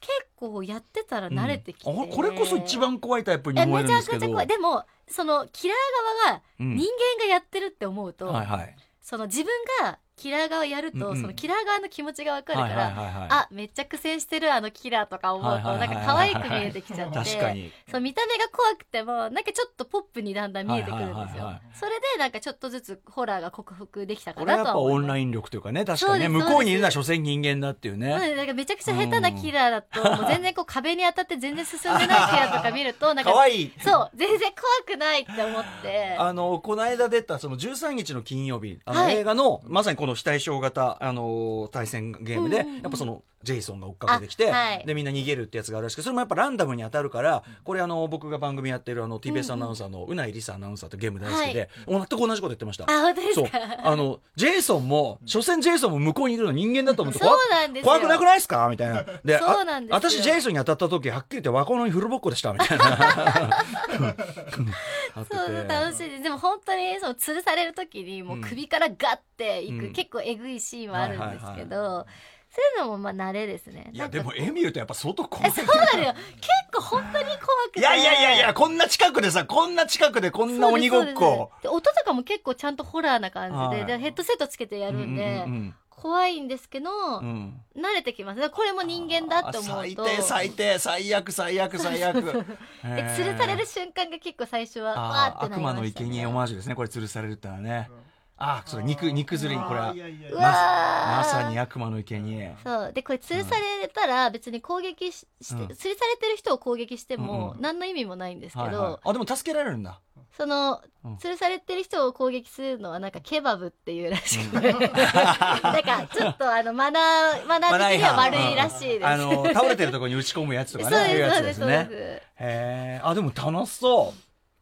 Speaker 3: 結構やってたら慣れてきて、
Speaker 1: うんあこれこそ一番怖いタイプに
Speaker 3: え
Speaker 1: 思え
Speaker 3: め
Speaker 1: るんで
Speaker 3: ちゃ
Speaker 1: すけ
Speaker 3: くち
Speaker 1: ど
Speaker 3: ゃ怖いでもそのキラー側が
Speaker 1: うん
Speaker 3: 人間がやってるって思うと、
Speaker 1: はいはい
Speaker 3: その自分がキラー側やると、
Speaker 1: うんうん
Speaker 3: そのキラー側の気持ちがわかるか
Speaker 1: は
Speaker 3: ら、
Speaker 1: いはいはいはい
Speaker 3: あめっちゃ苦戦してるあのキラーとか思うと
Speaker 1: はいは
Speaker 3: ないん
Speaker 1: はい
Speaker 3: か
Speaker 1: はい
Speaker 3: 可愛く見えてきちゃって
Speaker 1: 確かに
Speaker 3: そう見た目が怖くてもなんかちょっとポップにだんだん見えてくるんですよ、
Speaker 1: はいはいはいはい
Speaker 3: それでなんかちょっとずつホラーが克服できた
Speaker 1: こ
Speaker 3: か
Speaker 1: れは
Speaker 3: な
Speaker 1: や
Speaker 3: と
Speaker 1: っぱ
Speaker 3: は
Speaker 1: オ
Speaker 3: 思い
Speaker 1: ン
Speaker 3: ま
Speaker 1: ラ
Speaker 3: す
Speaker 1: イン力というかね確かにね
Speaker 3: そうで
Speaker 1: 向
Speaker 3: す
Speaker 1: こうにいるのは所詮人間だっていう
Speaker 3: うん
Speaker 1: ね
Speaker 3: なんかめちゃくちゃ下手なキラーだと、もう全然こう壁に当たって全然進んでないキラーとか見る と、なんか、
Speaker 1: 可愛い
Speaker 3: そう、全然怖くないって思って、
Speaker 1: あのこの間出たその13日の金曜日あの
Speaker 3: はい
Speaker 1: 映画のまさにこの非対称型あの対戦ゲームでや
Speaker 3: うんうんうん
Speaker 1: っぱそのジェイソンが追っかけてきて
Speaker 3: あはい
Speaker 1: でみんな逃げるってやつがあるらしくてそれもやっぱランダムに当たるからこれあの僕が番組やってるあの TBS アナウンサーのうないりさアナウンサーってゲーム大好きで全く同じこと言ってました
Speaker 3: あ、本当です
Speaker 1: そう
Speaker 3: か。
Speaker 1: あのジェイソンも所詮ジェイソンも向こうにいるの人間だと思って
Speaker 3: そう
Speaker 1: 怖く
Speaker 3: なんですよ。
Speaker 1: 怖くなくないですかみたいなであ
Speaker 3: そうなんですよ
Speaker 1: 私ジェイソンに当たった時はっきり言って若者にフルボッコでしたみたいなあってて
Speaker 3: そう楽しいですでも本当にその吊るされる時にもう首からガッていく、
Speaker 1: うん
Speaker 3: 結構えぐいシーンはあるんですけど、
Speaker 1: はいはいは
Speaker 3: そういうのもまあ慣れですね。
Speaker 6: いや
Speaker 3: なんか
Speaker 6: でも絵見るとやっぱ相当怖
Speaker 3: え
Speaker 6: い
Speaker 3: そうなるよ。結構本当に怖くて。
Speaker 6: いやいやいやいやこんな近くでさこんな近くでこ
Speaker 3: そうんです。
Speaker 6: な鬼ご
Speaker 3: そう
Speaker 6: っこ
Speaker 3: ですで音とかも結構ちゃんとホラーな感じ
Speaker 6: は
Speaker 3: で
Speaker 6: い
Speaker 3: で、ヘッドセットつけてやるんで
Speaker 6: う、ん
Speaker 3: 怖いんですけど、
Speaker 6: うんうんうん
Speaker 3: 慣れてきます。だからこれも人間だって思うと。
Speaker 6: あ最低最低最悪最悪最悪
Speaker 3: で
Speaker 6: へー
Speaker 3: 吊るされる瞬間が結構最初は、わ
Speaker 6: あ
Speaker 3: ーって
Speaker 6: ー
Speaker 3: な
Speaker 6: 悪
Speaker 3: りま
Speaker 6: 魔
Speaker 3: した、ね。
Speaker 6: の生贄オマージュですねこれ吊るされるってのはねあそれ肉肉釣りにこれは
Speaker 5: あーいやいやいうや
Speaker 3: わ
Speaker 6: ままさに悪魔の生贄
Speaker 3: そう。で、これ吊るされたら別に攻撃しして、
Speaker 6: うん
Speaker 3: 吊るされてる人を攻撃して
Speaker 6: うん
Speaker 3: も
Speaker 6: うん
Speaker 3: 何の意味もないんですけど、
Speaker 6: はいはい、あでも助けられるんだ
Speaker 3: その
Speaker 6: うん、
Speaker 3: 吊るされてる人を攻撃するのはなんかケバブっていうらしくて、 なんかちょっとあのマナー、マナー的には悪いらしいです。
Speaker 6: あ の倒れてるところに打ち込むやつと
Speaker 3: そ
Speaker 6: か
Speaker 3: う
Speaker 6: ね
Speaker 3: で
Speaker 6: いうや
Speaker 3: す、そう
Speaker 6: つで
Speaker 3: です、
Speaker 6: す
Speaker 3: そう
Speaker 6: ね
Speaker 3: です。
Speaker 6: へえあでも楽しそ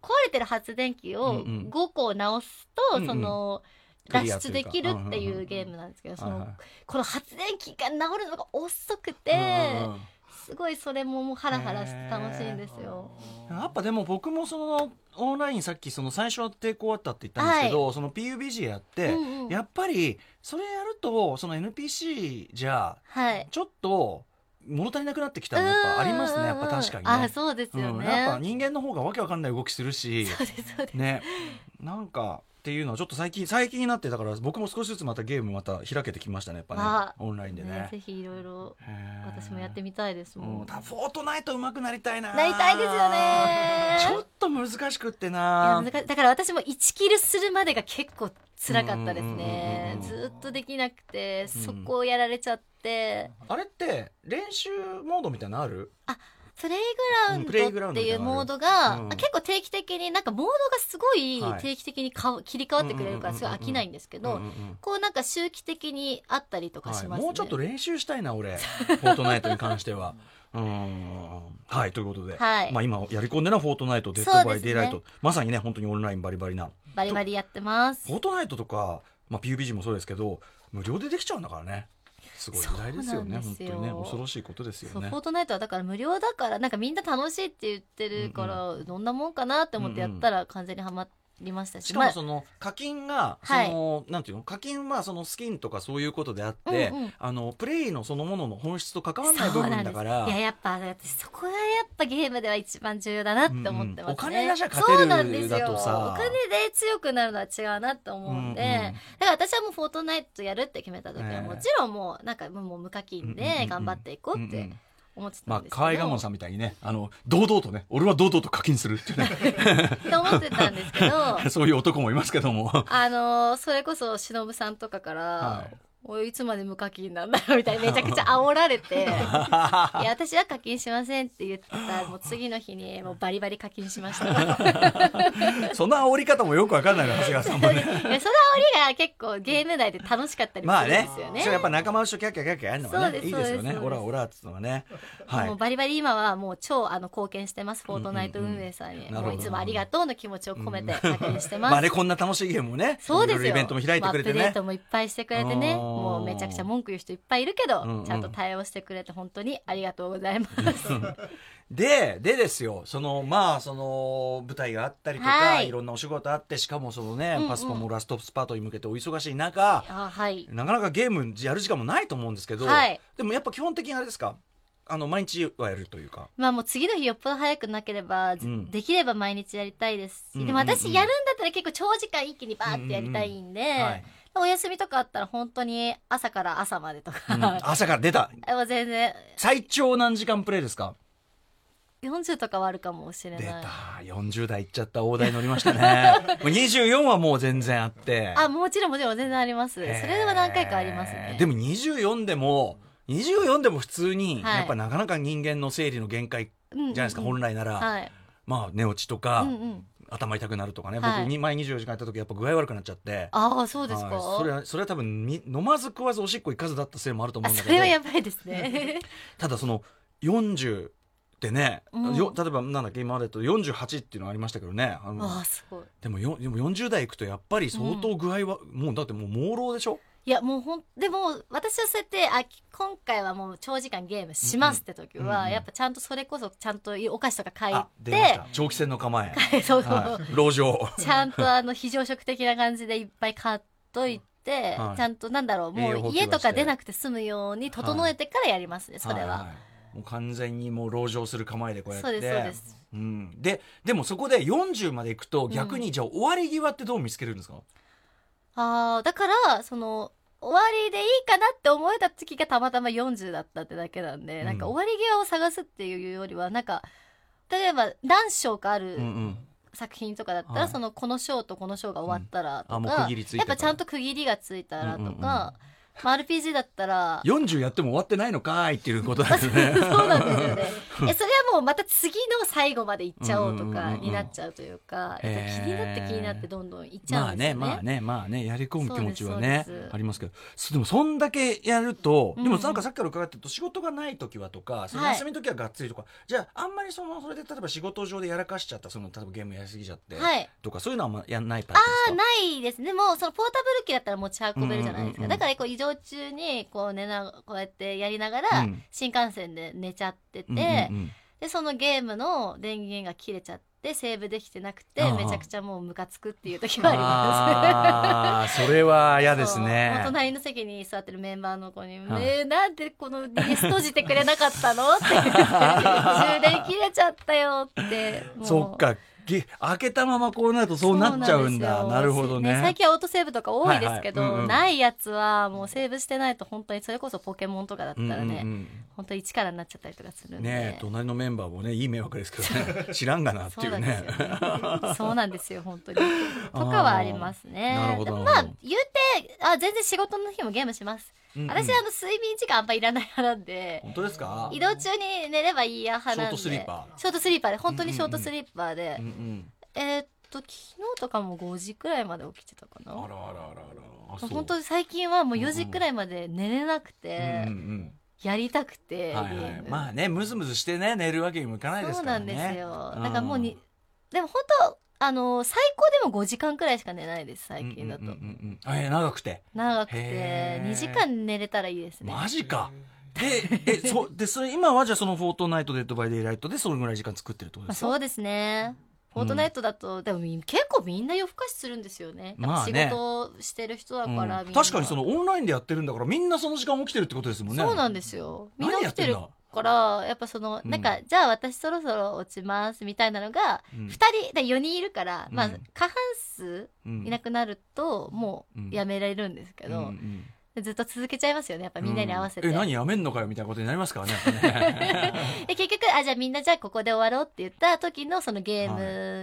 Speaker 3: 壊れてる発電機
Speaker 6: うん
Speaker 3: を
Speaker 6: うん
Speaker 3: 5個直すと、
Speaker 6: うんうん
Speaker 3: その、
Speaker 6: ク
Speaker 3: 脱
Speaker 6: リアと
Speaker 3: 出
Speaker 6: い
Speaker 3: で
Speaker 6: うか
Speaker 3: きるって
Speaker 6: うんうん
Speaker 3: いううんゲームなんですけど、
Speaker 6: う
Speaker 3: そ
Speaker 6: はいは
Speaker 3: の
Speaker 6: い、
Speaker 3: この発電機が直るのが遅くて、
Speaker 6: うんうんうん
Speaker 3: すごいそれももうハラハラして楽しいんですよ。
Speaker 6: やっぱでも僕もそのオンラインさっきその最初は抵抗あったって言ったんですけど、その PUBG やって、
Speaker 3: うんうん
Speaker 6: やっぱりそれやるとその NPC じゃ
Speaker 3: はい。
Speaker 6: ちょっと物足りなくなってきたのやっぱありますねやっぱ確かにね。
Speaker 3: あ、そうですよ
Speaker 6: うん、
Speaker 3: ね。
Speaker 6: やっぱ人間の方がわけわかんない動きするし
Speaker 3: そうです、そうです。
Speaker 6: ねなんかっていうのはちょっと最近最近になってだから僕も少しずつまたゲームまた開けてきましたねやっ
Speaker 3: あ
Speaker 6: ぱねオンラインでね
Speaker 3: ね。ぜひいろいろ私もやって
Speaker 6: み
Speaker 3: みたいですもん。
Speaker 6: たフォートナイト上手くなりたいな
Speaker 3: なりたいですよ
Speaker 6: ちょ
Speaker 3: ね
Speaker 6: っと難しくって
Speaker 3: いや
Speaker 6: な
Speaker 3: 難しいだから私も1キルするまでが結構辛かったですね
Speaker 6: うんうんうんうん
Speaker 3: ずーっとできなくて
Speaker 6: うん
Speaker 3: そこをやられちゃって、
Speaker 6: あれって練習モードみたいなのある
Speaker 3: プレイ
Speaker 6: うんプ
Speaker 3: グ
Speaker 6: レイグ
Speaker 3: ラウ
Speaker 6: ラウ
Speaker 3: ンドって
Speaker 6: ンドみた
Speaker 3: い
Speaker 6: いうなのある
Speaker 3: モードが、
Speaker 6: うん
Speaker 3: まあ結構定期的になんかモードがすごい
Speaker 6: はい
Speaker 3: 定期的にか切り替わってくれるか
Speaker 6: うんうんうんうん
Speaker 3: らすごい飽きないんですけど、
Speaker 6: うんうんうん
Speaker 3: こうなんか周期的にあったりとか
Speaker 6: は
Speaker 3: し
Speaker 6: い、
Speaker 3: ますね、
Speaker 6: もうちょっと練習したいな俺フォートナイトに関して は。うんはいということで、
Speaker 3: はい
Speaker 6: まあ、今やり込んでるのはフォートナイトデッ
Speaker 3: そ
Speaker 6: ド
Speaker 3: う
Speaker 6: バ
Speaker 3: で
Speaker 6: イ
Speaker 3: すね
Speaker 6: デイライト、まさにね本当にオンラインバリバリな
Speaker 3: バリバリやってます
Speaker 6: フォートナイトとか、まあ、PUBG もそうですけど無料でできちゃうんだからねすごい時代ですよね
Speaker 3: そうなんですよ
Speaker 6: 本当にね恐ろしいことです
Speaker 3: そ
Speaker 6: よ
Speaker 3: う
Speaker 6: ね
Speaker 3: フォートナイトはだから無料だからなんかみんな楽しいって言ってるから、どんなもんかなって思ってやったら完全にはまりましたし、
Speaker 6: しかも
Speaker 3: まあ
Speaker 6: その課金がそ
Speaker 3: はい
Speaker 6: の、なんていうの課金はそのスキンとかそういうことであって、
Speaker 3: うんうん
Speaker 6: あのプレイのそのものの本質と関わらない部分だか
Speaker 3: そ
Speaker 6: ら
Speaker 3: うなんですいややっぱ私そこがやっぱゲームでは一番重要だなって思ってますね、
Speaker 6: うんうんお金がじゃ勝てる
Speaker 3: そうなんです
Speaker 6: だ
Speaker 3: よ
Speaker 6: とさ
Speaker 3: お金で強くなるのは違うなって思うんで、
Speaker 6: うんうん
Speaker 3: だから私はもうフォートナイトやるって決めた時
Speaker 6: ええ
Speaker 3: はもちろんもうなんかもう無課金
Speaker 6: うんうんう
Speaker 3: で
Speaker 6: ん
Speaker 3: 頑張っていこうっ
Speaker 6: うんう
Speaker 3: て
Speaker 6: ん
Speaker 3: 思ってた
Speaker 6: まあ
Speaker 3: んですけど、
Speaker 6: 河合我門さんみたいにねあの堂々とね俺は堂々と課金するっていう ね
Speaker 3: って思ってたんですけど
Speaker 6: そういう男もいますけども
Speaker 3: あのーそれこそしのぶさんとかから、
Speaker 6: はい
Speaker 3: おいいつまで無課金なんだろうみ たいなめちゃくちゃ煽られていや私は課金しませんって言ってたらもう次の日にもうバリバリ課金し ましたいやその煽
Speaker 6: その煽り方もよくわかんないの長谷川さんも ね
Speaker 3: りが結構ゲーム内で楽しかったりも
Speaker 6: ますあ
Speaker 3: るんで
Speaker 6: ね
Speaker 3: すよね,、
Speaker 6: それやっぱ仲間内とキャッキャキャッキャやるのが
Speaker 3: そう
Speaker 6: ね
Speaker 3: です
Speaker 6: いいですよ
Speaker 3: そうで
Speaker 6: ね
Speaker 3: すそうです
Speaker 6: オラオラっつうのはねは
Speaker 3: もう
Speaker 6: い
Speaker 3: バリバリ今はもう超あの貢献してますフォートナイト運営さんに、
Speaker 6: うんうんう
Speaker 3: も
Speaker 6: ん
Speaker 3: ういつもありがとうの気持ちを込めて課金してます、
Speaker 6: まあねこんな楽しいゲームをね
Speaker 3: そうです
Speaker 6: いろい
Speaker 3: よ
Speaker 6: ろイベントも開いてくれて
Speaker 3: アップデ
Speaker 6: ね
Speaker 3: ートもいっぱいしてくれてね
Speaker 6: うん
Speaker 3: もうめちゃくちゃ文句言う人いっぱいいるけど、
Speaker 6: うんうん
Speaker 3: ちゃんと対応してくれて本当にありがとうございます
Speaker 6: で、でですよ、その、まあ、その、舞台があったりとか、
Speaker 3: はい
Speaker 6: い、ろんなお仕事あって、しかもそのね、
Speaker 3: うんうん
Speaker 6: パスポもラストスパートに向けてお忙しい中、
Speaker 3: あ はい
Speaker 6: なかなかゲームやる時間もないと思うんですけど、
Speaker 3: はい
Speaker 6: でもやっぱ基本的にあれですか、あの、毎日はやるというか。
Speaker 3: まあもう次の日よっぽど早くなければ、ず
Speaker 6: うん
Speaker 3: できれば毎日やりたいですし、
Speaker 6: うんうんうん
Speaker 3: でも私やるんだったら結構長時間一気にバーってやりたいんで、
Speaker 6: はい
Speaker 3: お休みとかあったら本当に朝から朝までとか、
Speaker 6: うん朝から出た。
Speaker 3: もう全然
Speaker 6: 最長何時間プレイですか
Speaker 3: 40とかはあるかもしれ
Speaker 6: 出
Speaker 3: ない
Speaker 6: た。40代いっちゃった大台乗りました ね。もう24はもう全然あって。
Speaker 3: あもちろんもちろん全然ありますそ
Speaker 6: へー
Speaker 3: れは何回かありますね
Speaker 6: でも24でも24でも普通に、
Speaker 3: はい
Speaker 6: やっぱなかなか人間の生理の限界
Speaker 3: うんうんうん
Speaker 6: じゃないですか、本来なら、
Speaker 3: はい、
Speaker 6: まあ寝落ちとか、
Speaker 3: うんうん、
Speaker 6: 頭痛くなるとかね、
Speaker 3: はい
Speaker 6: 僕に前24時間やった時やっぱ具合悪くなっちゃって
Speaker 3: ああそうですか、
Speaker 6: はいそれはそれは多分み飲まず食わずおしっこ行かずだったせいもあると思
Speaker 3: あ
Speaker 6: うんだ
Speaker 3: そ
Speaker 6: け
Speaker 3: れは
Speaker 6: ど
Speaker 3: やばいですね
Speaker 6: ただその40ってね、
Speaker 3: うん
Speaker 6: よ例えばなんだっけ今までだと48っていうのありましたけどねあの
Speaker 3: ああすごい
Speaker 6: でもよでも40代行くとやっぱり相当具合は、もうだってもう朦朧でしょ
Speaker 3: いやもうほんでも私はそうやってあ今回はもう長時間ゲームしますって時
Speaker 6: うんうん
Speaker 3: は、
Speaker 6: うん
Speaker 3: やっぱちゃんとそれこそちゃんとお菓子とか買い
Speaker 6: あ 出まし
Speaker 3: て
Speaker 6: た長期戦の構 え
Speaker 3: そう
Speaker 6: はい、籠城
Speaker 3: ちゃんとあの非常食的な感じでいっぱい買っといって、
Speaker 6: はい
Speaker 3: ちゃんとなんだろう、
Speaker 6: 栄養
Speaker 3: も
Speaker 6: 補
Speaker 3: う
Speaker 6: 給は
Speaker 3: 家と
Speaker 6: して
Speaker 3: か出なくて済むように整えてからやりますね、 それは。
Speaker 6: いいもう完全にもう籠城する構えでこうやって
Speaker 3: そうですそうです
Speaker 6: うん、ででもそこで40までいくと逆にじゃあ終わり際ってどう見つけるんですか、
Speaker 3: ああ、だから、その、終わりでいいかなって思えた時がたまたま40だったってだけなんで、
Speaker 6: うん
Speaker 3: なんか終わり際を探すっていうよりは、なんか、例えば何章かある
Speaker 6: うんうん
Speaker 3: 作品とかだったら、
Speaker 6: はい
Speaker 3: そのこの章とこの章が終わったら
Speaker 6: うんあ
Speaker 3: と
Speaker 6: もう
Speaker 3: か、
Speaker 6: 区切りついて
Speaker 3: や
Speaker 6: た
Speaker 3: っ
Speaker 6: ら
Speaker 3: ぱちゃんと区切りがついたらとか、
Speaker 6: うんうんうん
Speaker 3: まあ RPG だったら、
Speaker 6: 40やっても終わってないのかーいっていうことなんです ね
Speaker 3: そうなんですよね。え、それはもうまた次の最後まで行っちゃおうと
Speaker 6: うんうんうん
Speaker 3: か
Speaker 6: うん
Speaker 3: になっちゃうというか、
Speaker 6: へー
Speaker 3: やっぱ気になって気になってどんどん行っちゃ
Speaker 6: ま
Speaker 3: う
Speaker 6: あ
Speaker 3: んです
Speaker 6: ね
Speaker 3: よね。
Speaker 6: まあねまあねやり込む気持ちはね
Speaker 3: そうですそうです
Speaker 6: ありますけどそでもそんだけやると、
Speaker 3: うん
Speaker 6: でもなんかさっきから伺ってると仕事がない時はとかその
Speaker 3: はい
Speaker 6: 休みの時はがっつりとか、じゃああんまりそのそれで例えば仕事上でやらかしちゃったその例えばゲームやりすぎちゃって、
Speaker 3: はい。
Speaker 6: とかそういうのはあんまやんないパターンですか
Speaker 3: ないですね。もう、そのポータブル機だったら持ち運べるじゃないです
Speaker 6: うんうん
Speaker 3: か。
Speaker 6: うんうん
Speaker 3: だから、こう、移動中に、こう、寝な、こうやってやりながら
Speaker 6: うん、
Speaker 3: 新幹線で寝ちゃってて、
Speaker 6: うんうんうん
Speaker 3: で、そのゲームの電源が切れちゃって、セーブできてなくて
Speaker 6: あ、あ
Speaker 3: めちゃくちゃもうムカつくっていう時はあります。
Speaker 6: あーそれは嫌です
Speaker 3: そうもう
Speaker 6: ね。
Speaker 3: 隣の席に座ってるメンバーの子に、
Speaker 6: はい
Speaker 3: ねえ、なんでこの DS 閉じてくれなかったの って言って、充電切れちゃったよって。もう
Speaker 6: そっか、げ開けたままこうなるとそうなっちゃうんだ。
Speaker 3: そ
Speaker 6: な
Speaker 3: う
Speaker 6: るほどね。
Speaker 3: 最近はオートセーブとか多いですけど、
Speaker 6: はいはいうんうん
Speaker 3: ないやつはもうセーブしてないと本当にそれこそポケモンとかだったらね、
Speaker 6: うん
Speaker 3: 本当一からになっちゃったりとかする
Speaker 6: うんん、
Speaker 3: で。
Speaker 6: ねえ隣のメンバーもねいい迷惑ですけどね知らんがなって
Speaker 3: そ
Speaker 6: いう
Speaker 3: な
Speaker 6: うん
Speaker 3: です
Speaker 6: ね
Speaker 3: よ。ね。 そうなんですよ、本当に。とかはありますね。
Speaker 6: なるほど
Speaker 3: ま
Speaker 6: な
Speaker 3: あ
Speaker 6: るほど、
Speaker 3: 言うて、あ、全然仕事の日もゲームします。
Speaker 6: うんうん
Speaker 3: 私はあの、睡眠時間あんまいらない派なんで、
Speaker 6: 本当ですか
Speaker 3: 移動中に寝ればいいや派なんで。
Speaker 6: ショートスリーパー
Speaker 3: ショートスリーパーで、本当にショートスリーパーで。
Speaker 6: うんうん
Speaker 3: えーっと、昨日とかも5時くらいまで起きてたか
Speaker 6: あらあ
Speaker 3: な。
Speaker 6: らあらあらあそう
Speaker 3: 本当に最近はもう4時くらいまで寝れなく
Speaker 6: うんう
Speaker 3: て、
Speaker 6: ん
Speaker 3: やりたく
Speaker 6: う
Speaker 3: て、
Speaker 6: んはい
Speaker 3: ゲ
Speaker 6: は
Speaker 3: ー
Speaker 6: い
Speaker 3: ム
Speaker 6: まあねムズムズしてね寝るわけにもいかないで
Speaker 3: そ
Speaker 6: す
Speaker 3: うな
Speaker 6: から
Speaker 3: ん
Speaker 6: ね
Speaker 3: ですよ。
Speaker 6: うん
Speaker 3: だからもうに、でも本当あの、最高でも5時間くらいしか寝ないです、最近だと。
Speaker 6: うんうんうんうんえ長くて
Speaker 3: 長く
Speaker 6: へ
Speaker 3: て、
Speaker 6: ー
Speaker 3: 2時間寝れたらいいですね。
Speaker 6: マジかでえそうでそれ今はじゃあその「フォートナイト・デッド・バイ・デイ・ライト」でそれぐらい時間作ってるってこ
Speaker 3: ま
Speaker 6: と
Speaker 3: あ、
Speaker 6: ですか、
Speaker 3: そうですね。フォートナイトだと、でも結構みんな夜更かしするんですよね。
Speaker 6: まあね
Speaker 3: やっぱ仕事してる人だ
Speaker 6: うん
Speaker 3: から、みんな
Speaker 6: 確かにそのオンラインでやってるんだからみんなその時間起きてるってことですもんね
Speaker 3: そうなん
Speaker 6: で
Speaker 3: ですよ。みんな
Speaker 6: 何
Speaker 3: 起
Speaker 6: や
Speaker 3: き
Speaker 6: って
Speaker 3: てる
Speaker 6: んだ
Speaker 3: から、やっぱその、
Speaker 6: うん
Speaker 3: なんか、じゃあ私そろそろ落ちますみたいなのが、
Speaker 6: うん
Speaker 3: 二人、で4人いるから、ま
Speaker 6: う
Speaker 3: あ
Speaker 6: ん、
Speaker 3: 過半数
Speaker 6: うん
Speaker 3: いなくなると、も
Speaker 6: うん
Speaker 3: うやめられるんですけ
Speaker 6: う
Speaker 3: ど
Speaker 6: んう、ん
Speaker 3: ずっと続けちゃいますよね、やっぱみんなに合わせて。
Speaker 6: うんえ何やめんのかよみたいなことになりますからねや っぱね
Speaker 3: で結局、あ、じゃあみんなじゃあここで終わろうって言った時のそのゲー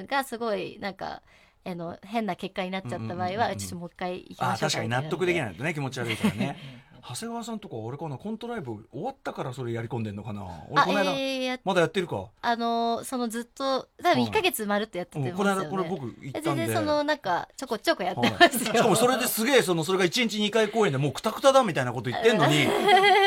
Speaker 3: ムがすごい、なんか、あの、変な結果になっちゃった場合
Speaker 6: うんうんうんう
Speaker 3: は、
Speaker 6: ん
Speaker 3: ちょっともう一回行き
Speaker 6: あ
Speaker 3: ましょう
Speaker 6: 確かに納得でき
Speaker 3: い。
Speaker 6: ないとね気持ち悪 いからね長谷川さんとか俺かなコントライブ終わったからそれやり込んでんのかな俺
Speaker 3: あ、
Speaker 6: この間、
Speaker 3: ええ、や
Speaker 6: まだやってるか、
Speaker 3: あの、そのずっと、多分1ヶ月まるっとやって
Speaker 6: うん
Speaker 3: てます
Speaker 6: こ
Speaker 3: よ
Speaker 6: の
Speaker 3: ね。
Speaker 6: 間これ僕行った
Speaker 3: 全
Speaker 6: んで
Speaker 3: 然そのなんかちょこちょこやって
Speaker 6: は
Speaker 3: ま
Speaker 6: い
Speaker 3: すよ、
Speaker 6: しかもそれですげえそのそれが1日2回公演でもうクタクタだみたいなこと言ってんのに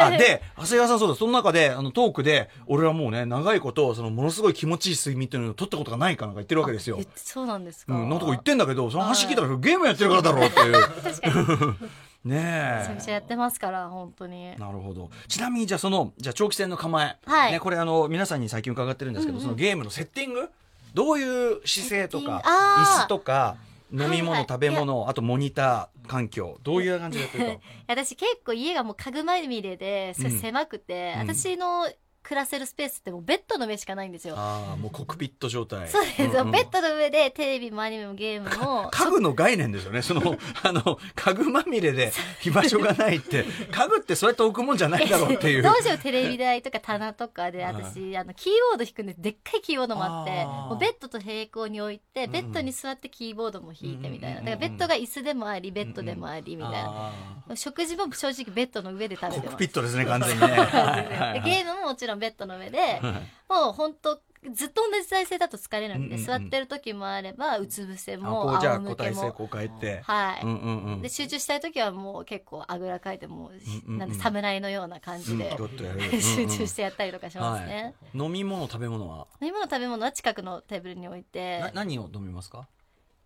Speaker 6: あで長谷川さんそうだその中であのトークで俺はもうね長いことそのものすごい気持ちいい睡眠っていうのを取ったことがないかなんか言ってるわけですよ
Speaker 3: あ。言ってそうなんです
Speaker 6: う
Speaker 3: か、
Speaker 6: ん、のとこ言ってんだけどその話聞いたらゲームやってるからだろうっていう
Speaker 3: 確かにめ
Speaker 6: ね
Speaker 3: ちゃめちゃ
Speaker 6: え
Speaker 3: やってますから本当に
Speaker 6: なるほどちなみにじゃあそのじゃあ長期戦の構え、
Speaker 3: はい
Speaker 6: ね、これあの皆さんに最近伺ってるんですけど、そのゲームのセッティングどういう姿勢と
Speaker 3: セッティ
Speaker 6: か
Speaker 3: ングあー
Speaker 6: 椅子とか飲み
Speaker 3: はい
Speaker 6: 物
Speaker 3: はい
Speaker 6: 食べ物あとモニター環境どういう感じでやってるか。
Speaker 3: 私結構家がもう家具まみれでそれ狭くて、
Speaker 6: うん
Speaker 3: 私の暮らせるスペースってもうベッドの上しかないんですよ、
Speaker 6: ああもうコックピット状態
Speaker 3: そうです、
Speaker 6: んん
Speaker 3: ベッドの上でテレビもアニメもゲーム も
Speaker 6: 家具の概念ですよね そのあの家具まみれで居場所がないって家具ってそうやって置くもんじゃないだろうっていう
Speaker 3: どうしようテレビ台とか棚とかで私あのキーボード弾くんででっかいキーボードもあって
Speaker 6: あー
Speaker 3: もうベッドと並行に置いて
Speaker 6: ん
Speaker 3: ベッドに座ってキーボードも弾いてみたいなだ
Speaker 6: うん
Speaker 3: からベッドが椅子でもありベッドでもありみたいな
Speaker 6: あ
Speaker 3: 食事も正直ベッドの上で
Speaker 6: ー
Speaker 3: 食べて
Speaker 6: コック
Speaker 3: ま
Speaker 6: ピ
Speaker 3: す
Speaker 6: ットですね完全にねはいはい
Speaker 3: で
Speaker 6: はい
Speaker 3: ゲームももちろんベッドの上でもう本当ずっと同じ体勢だと疲れるんで
Speaker 6: うんうんうん
Speaker 3: 座ってる時もあればうつ伏せ
Speaker 6: あこ
Speaker 3: も
Speaker 6: うじゃあ
Speaker 3: 仰
Speaker 6: 個
Speaker 3: 向け
Speaker 6: 体成
Speaker 3: も
Speaker 6: 功変えて
Speaker 3: はい
Speaker 6: うんうんうん
Speaker 3: で集中したい時はもう結構あぐらかいても
Speaker 6: うんうんうん
Speaker 3: なんで侍のような感じで
Speaker 6: うんちょっとやる
Speaker 3: 集中しててやったりとかしますね。
Speaker 6: 飲み物食べ物は
Speaker 3: 飲み物食べ物は近くのテーブルに置いて
Speaker 6: な何を飲みますか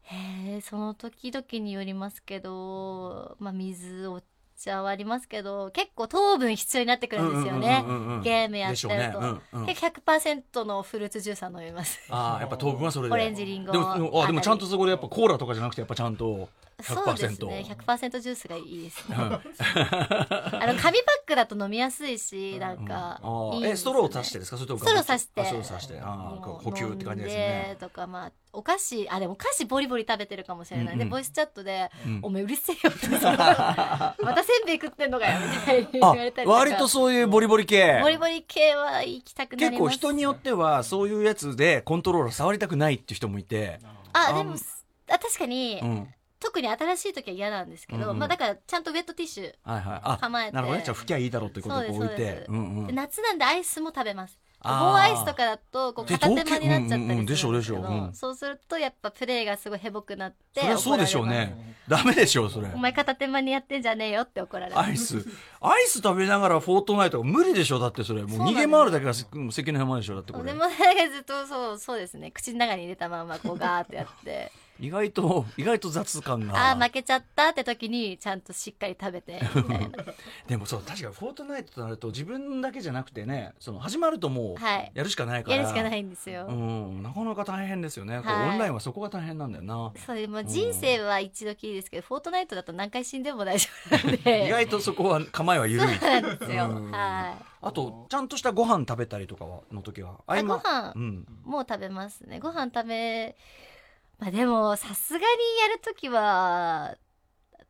Speaker 3: へえその時々によりますけどまあ水お茶はありますけど結構糖分必要になってくるんですよね
Speaker 6: うんうんうんうんうん
Speaker 3: ゲームやってる
Speaker 6: でしょ
Speaker 3: と、
Speaker 6: うねうんうん
Speaker 3: 結構100%のフルーツジューサー飲みます
Speaker 6: ああやっぱ糖分はそれで
Speaker 3: オレンジリンゴ
Speaker 6: でもでもあでもちゃんとそこでやっぱコーラとかじゃなくてやっぱちゃんと
Speaker 3: そうですね100%ジュースがいいです ねあの紙パックだと飲みやすいしなんか
Speaker 1: あー
Speaker 3: いいですね
Speaker 1: えストローを足してですかそれとも
Speaker 3: ストローさして
Speaker 1: あストローさしてあー
Speaker 3: もう
Speaker 1: 呼吸って感じです
Speaker 3: 飲ん
Speaker 1: ね
Speaker 3: とかまあお菓子あでもお菓子ボリボリ食べてるかもしれない、
Speaker 1: うんうん
Speaker 3: でボイスチャットで「
Speaker 1: うん
Speaker 3: おめえうるせえよ」って またせんべい食ってんのかよみたいに言
Speaker 1: あ
Speaker 3: われたりとか
Speaker 1: 割とそういうボリボリ系
Speaker 3: ボリボリ系は行きたくなりま
Speaker 1: 結
Speaker 3: す
Speaker 1: 構人によってはそういうやつでコントローラー触りたくないっていう人もいて、
Speaker 3: あ
Speaker 1: あ
Speaker 3: で
Speaker 1: ん
Speaker 3: もすあ確かに、
Speaker 1: うん、
Speaker 3: 特に新しい時は嫌なんですけど、
Speaker 1: うんうん
Speaker 3: まあだからちゃんとウェットティッシュ、
Speaker 1: はいはいあ
Speaker 3: 構えて
Speaker 1: なるほどねじゃあ吹きゃいいだろうっていうことでこう
Speaker 3: そう
Speaker 1: 置い
Speaker 3: ですそう
Speaker 1: て
Speaker 3: です
Speaker 1: うんうん
Speaker 3: で夏なんでアイスも食べます
Speaker 1: あー
Speaker 3: 棒アイスとかだとこう
Speaker 1: で
Speaker 3: 片手間になっちゃったりする
Speaker 1: うんうんうん
Speaker 3: ん
Speaker 1: で
Speaker 3: で
Speaker 1: し
Speaker 3: す
Speaker 1: ょ
Speaker 3: けど、
Speaker 1: でしょうん
Speaker 3: そうするとやっぱプレーがすごいヘボくなって
Speaker 1: そりゃそうでしょうねダメでしょうそれ
Speaker 3: お前片手間にやってんじゃねえよって怒られる。
Speaker 1: アイスアイス食べながらフォートナイトが無理でしょだってそれもう逃げ回るだけがせもう関の山でしょだってこ
Speaker 3: で
Speaker 1: れ
Speaker 3: もなんかずっとそうそうですね口の中に入れたままこうガーって やって
Speaker 1: 意外と意外と雑感が
Speaker 3: ああー負けちゃったって時にちゃんとしっかり食べてみたいな
Speaker 1: でもそう確かにフォートナイトとなると自分だけじゃなくてねその始まるともう
Speaker 3: はい
Speaker 1: やるしかないから、
Speaker 3: やるしかないんですよ、
Speaker 1: うん、なかなか大変ですよね、こう
Speaker 3: はい
Speaker 1: オンラインはそこが大変なんだよな
Speaker 3: そうでも人生は一度きりですけど、フォートナイトだと何回死んでも大丈夫なん
Speaker 1: 意
Speaker 3: で
Speaker 1: 外とそこは構えは緩 い
Speaker 3: そうなんですよ、
Speaker 1: うん
Speaker 3: はい
Speaker 1: あとちゃんとしたご飯食べたりとかはの時は合
Speaker 3: あ
Speaker 1: 間
Speaker 3: ご飯
Speaker 1: うん
Speaker 3: もう食べますねご飯食べまあでもさすがにやる時は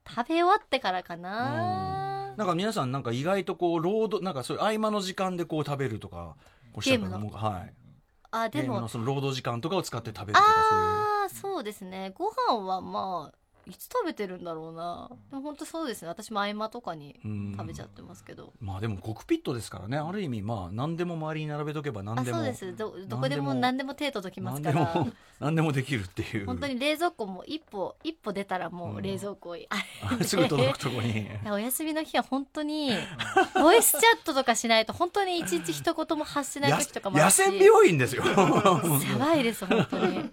Speaker 3: 食べ終わってからかな、
Speaker 1: なんか皆さんなんか意外とこう労働なんかそういう合間の時間でこう食べるとかこうしたりとか
Speaker 3: ゲームの
Speaker 1: はい
Speaker 3: あ
Speaker 1: ゲ
Speaker 3: で
Speaker 1: ーム
Speaker 3: も
Speaker 1: のその労働時間とかを使って食べるとか
Speaker 3: ああそうですねご飯はまあいつ食べてるんだろうなでも本当そうですね私も合間とかに
Speaker 1: そういう
Speaker 3: 食べちゃ
Speaker 1: う
Speaker 3: ってますけど、
Speaker 1: んまあでもコックピットですからねある意味まあ何でも周りに並べとけば何
Speaker 3: あ
Speaker 1: でも
Speaker 3: そうですどどこでも
Speaker 1: 何
Speaker 3: 何でも手届きます
Speaker 1: 何
Speaker 3: か
Speaker 1: で
Speaker 3: ら
Speaker 1: も 何でもできるっていう
Speaker 3: 本当に冷蔵庫も一歩一歩出たらもう冷蔵庫へ、あ
Speaker 1: すぐ届くとこに
Speaker 3: お休みの日は本当にボイスチャットとかしないと本当に一日一言も発しない
Speaker 1: や
Speaker 3: 時とかもあ
Speaker 1: 野
Speaker 3: るし
Speaker 1: 戦病院ですよ
Speaker 3: やばいです本当に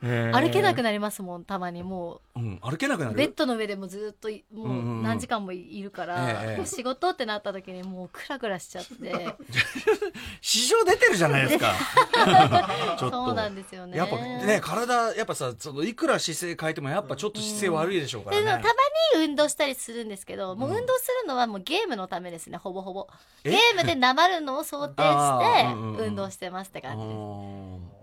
Speaker 1: 歩
Speaker 3: 歩けな
Speaker 1: な
Speaker 3: くなりますもんたまにもう
Speaker 1: うん、歩けなくな
Speaker 3: ベッ
Speaker 1: る
Speaker 3: ドの上でもずっとい
Speaker 1: うんうん
Speaker 3: も
Speaker 1: うん
Speaker 3: う何時間もいいるから、
Speaker 1: ええ
Speaker 3: 仕事ってなった時にもうクラクラしちゃって
Speaker 1: 市場出てるじゃないです かちょっと
Speaker 3: そうなんですよね
Speaker 1: やっぱね体やっぱさそのいくら姿勢変えてもやっぱちょっと姿勢悪いでしょうか
Speaker 3: で
Speaker 1: ら
Speaker 3: もた
Speaker 1: ね
Speaker 3: ま、に運動したりするんですけど、もう運動するのはもうゲームのためですねほぼほぼ
Speaker 1: え
Speaker 3: ゲームでなまるのを想定
Speaker 1: あーうんうんう
Speaker 3: し
Speaker 1: ん
Speaker 3: て運動してますって
Speaker 1: う
Speaker 3: 感じで
Speaker 1: ー
Speaker 3: す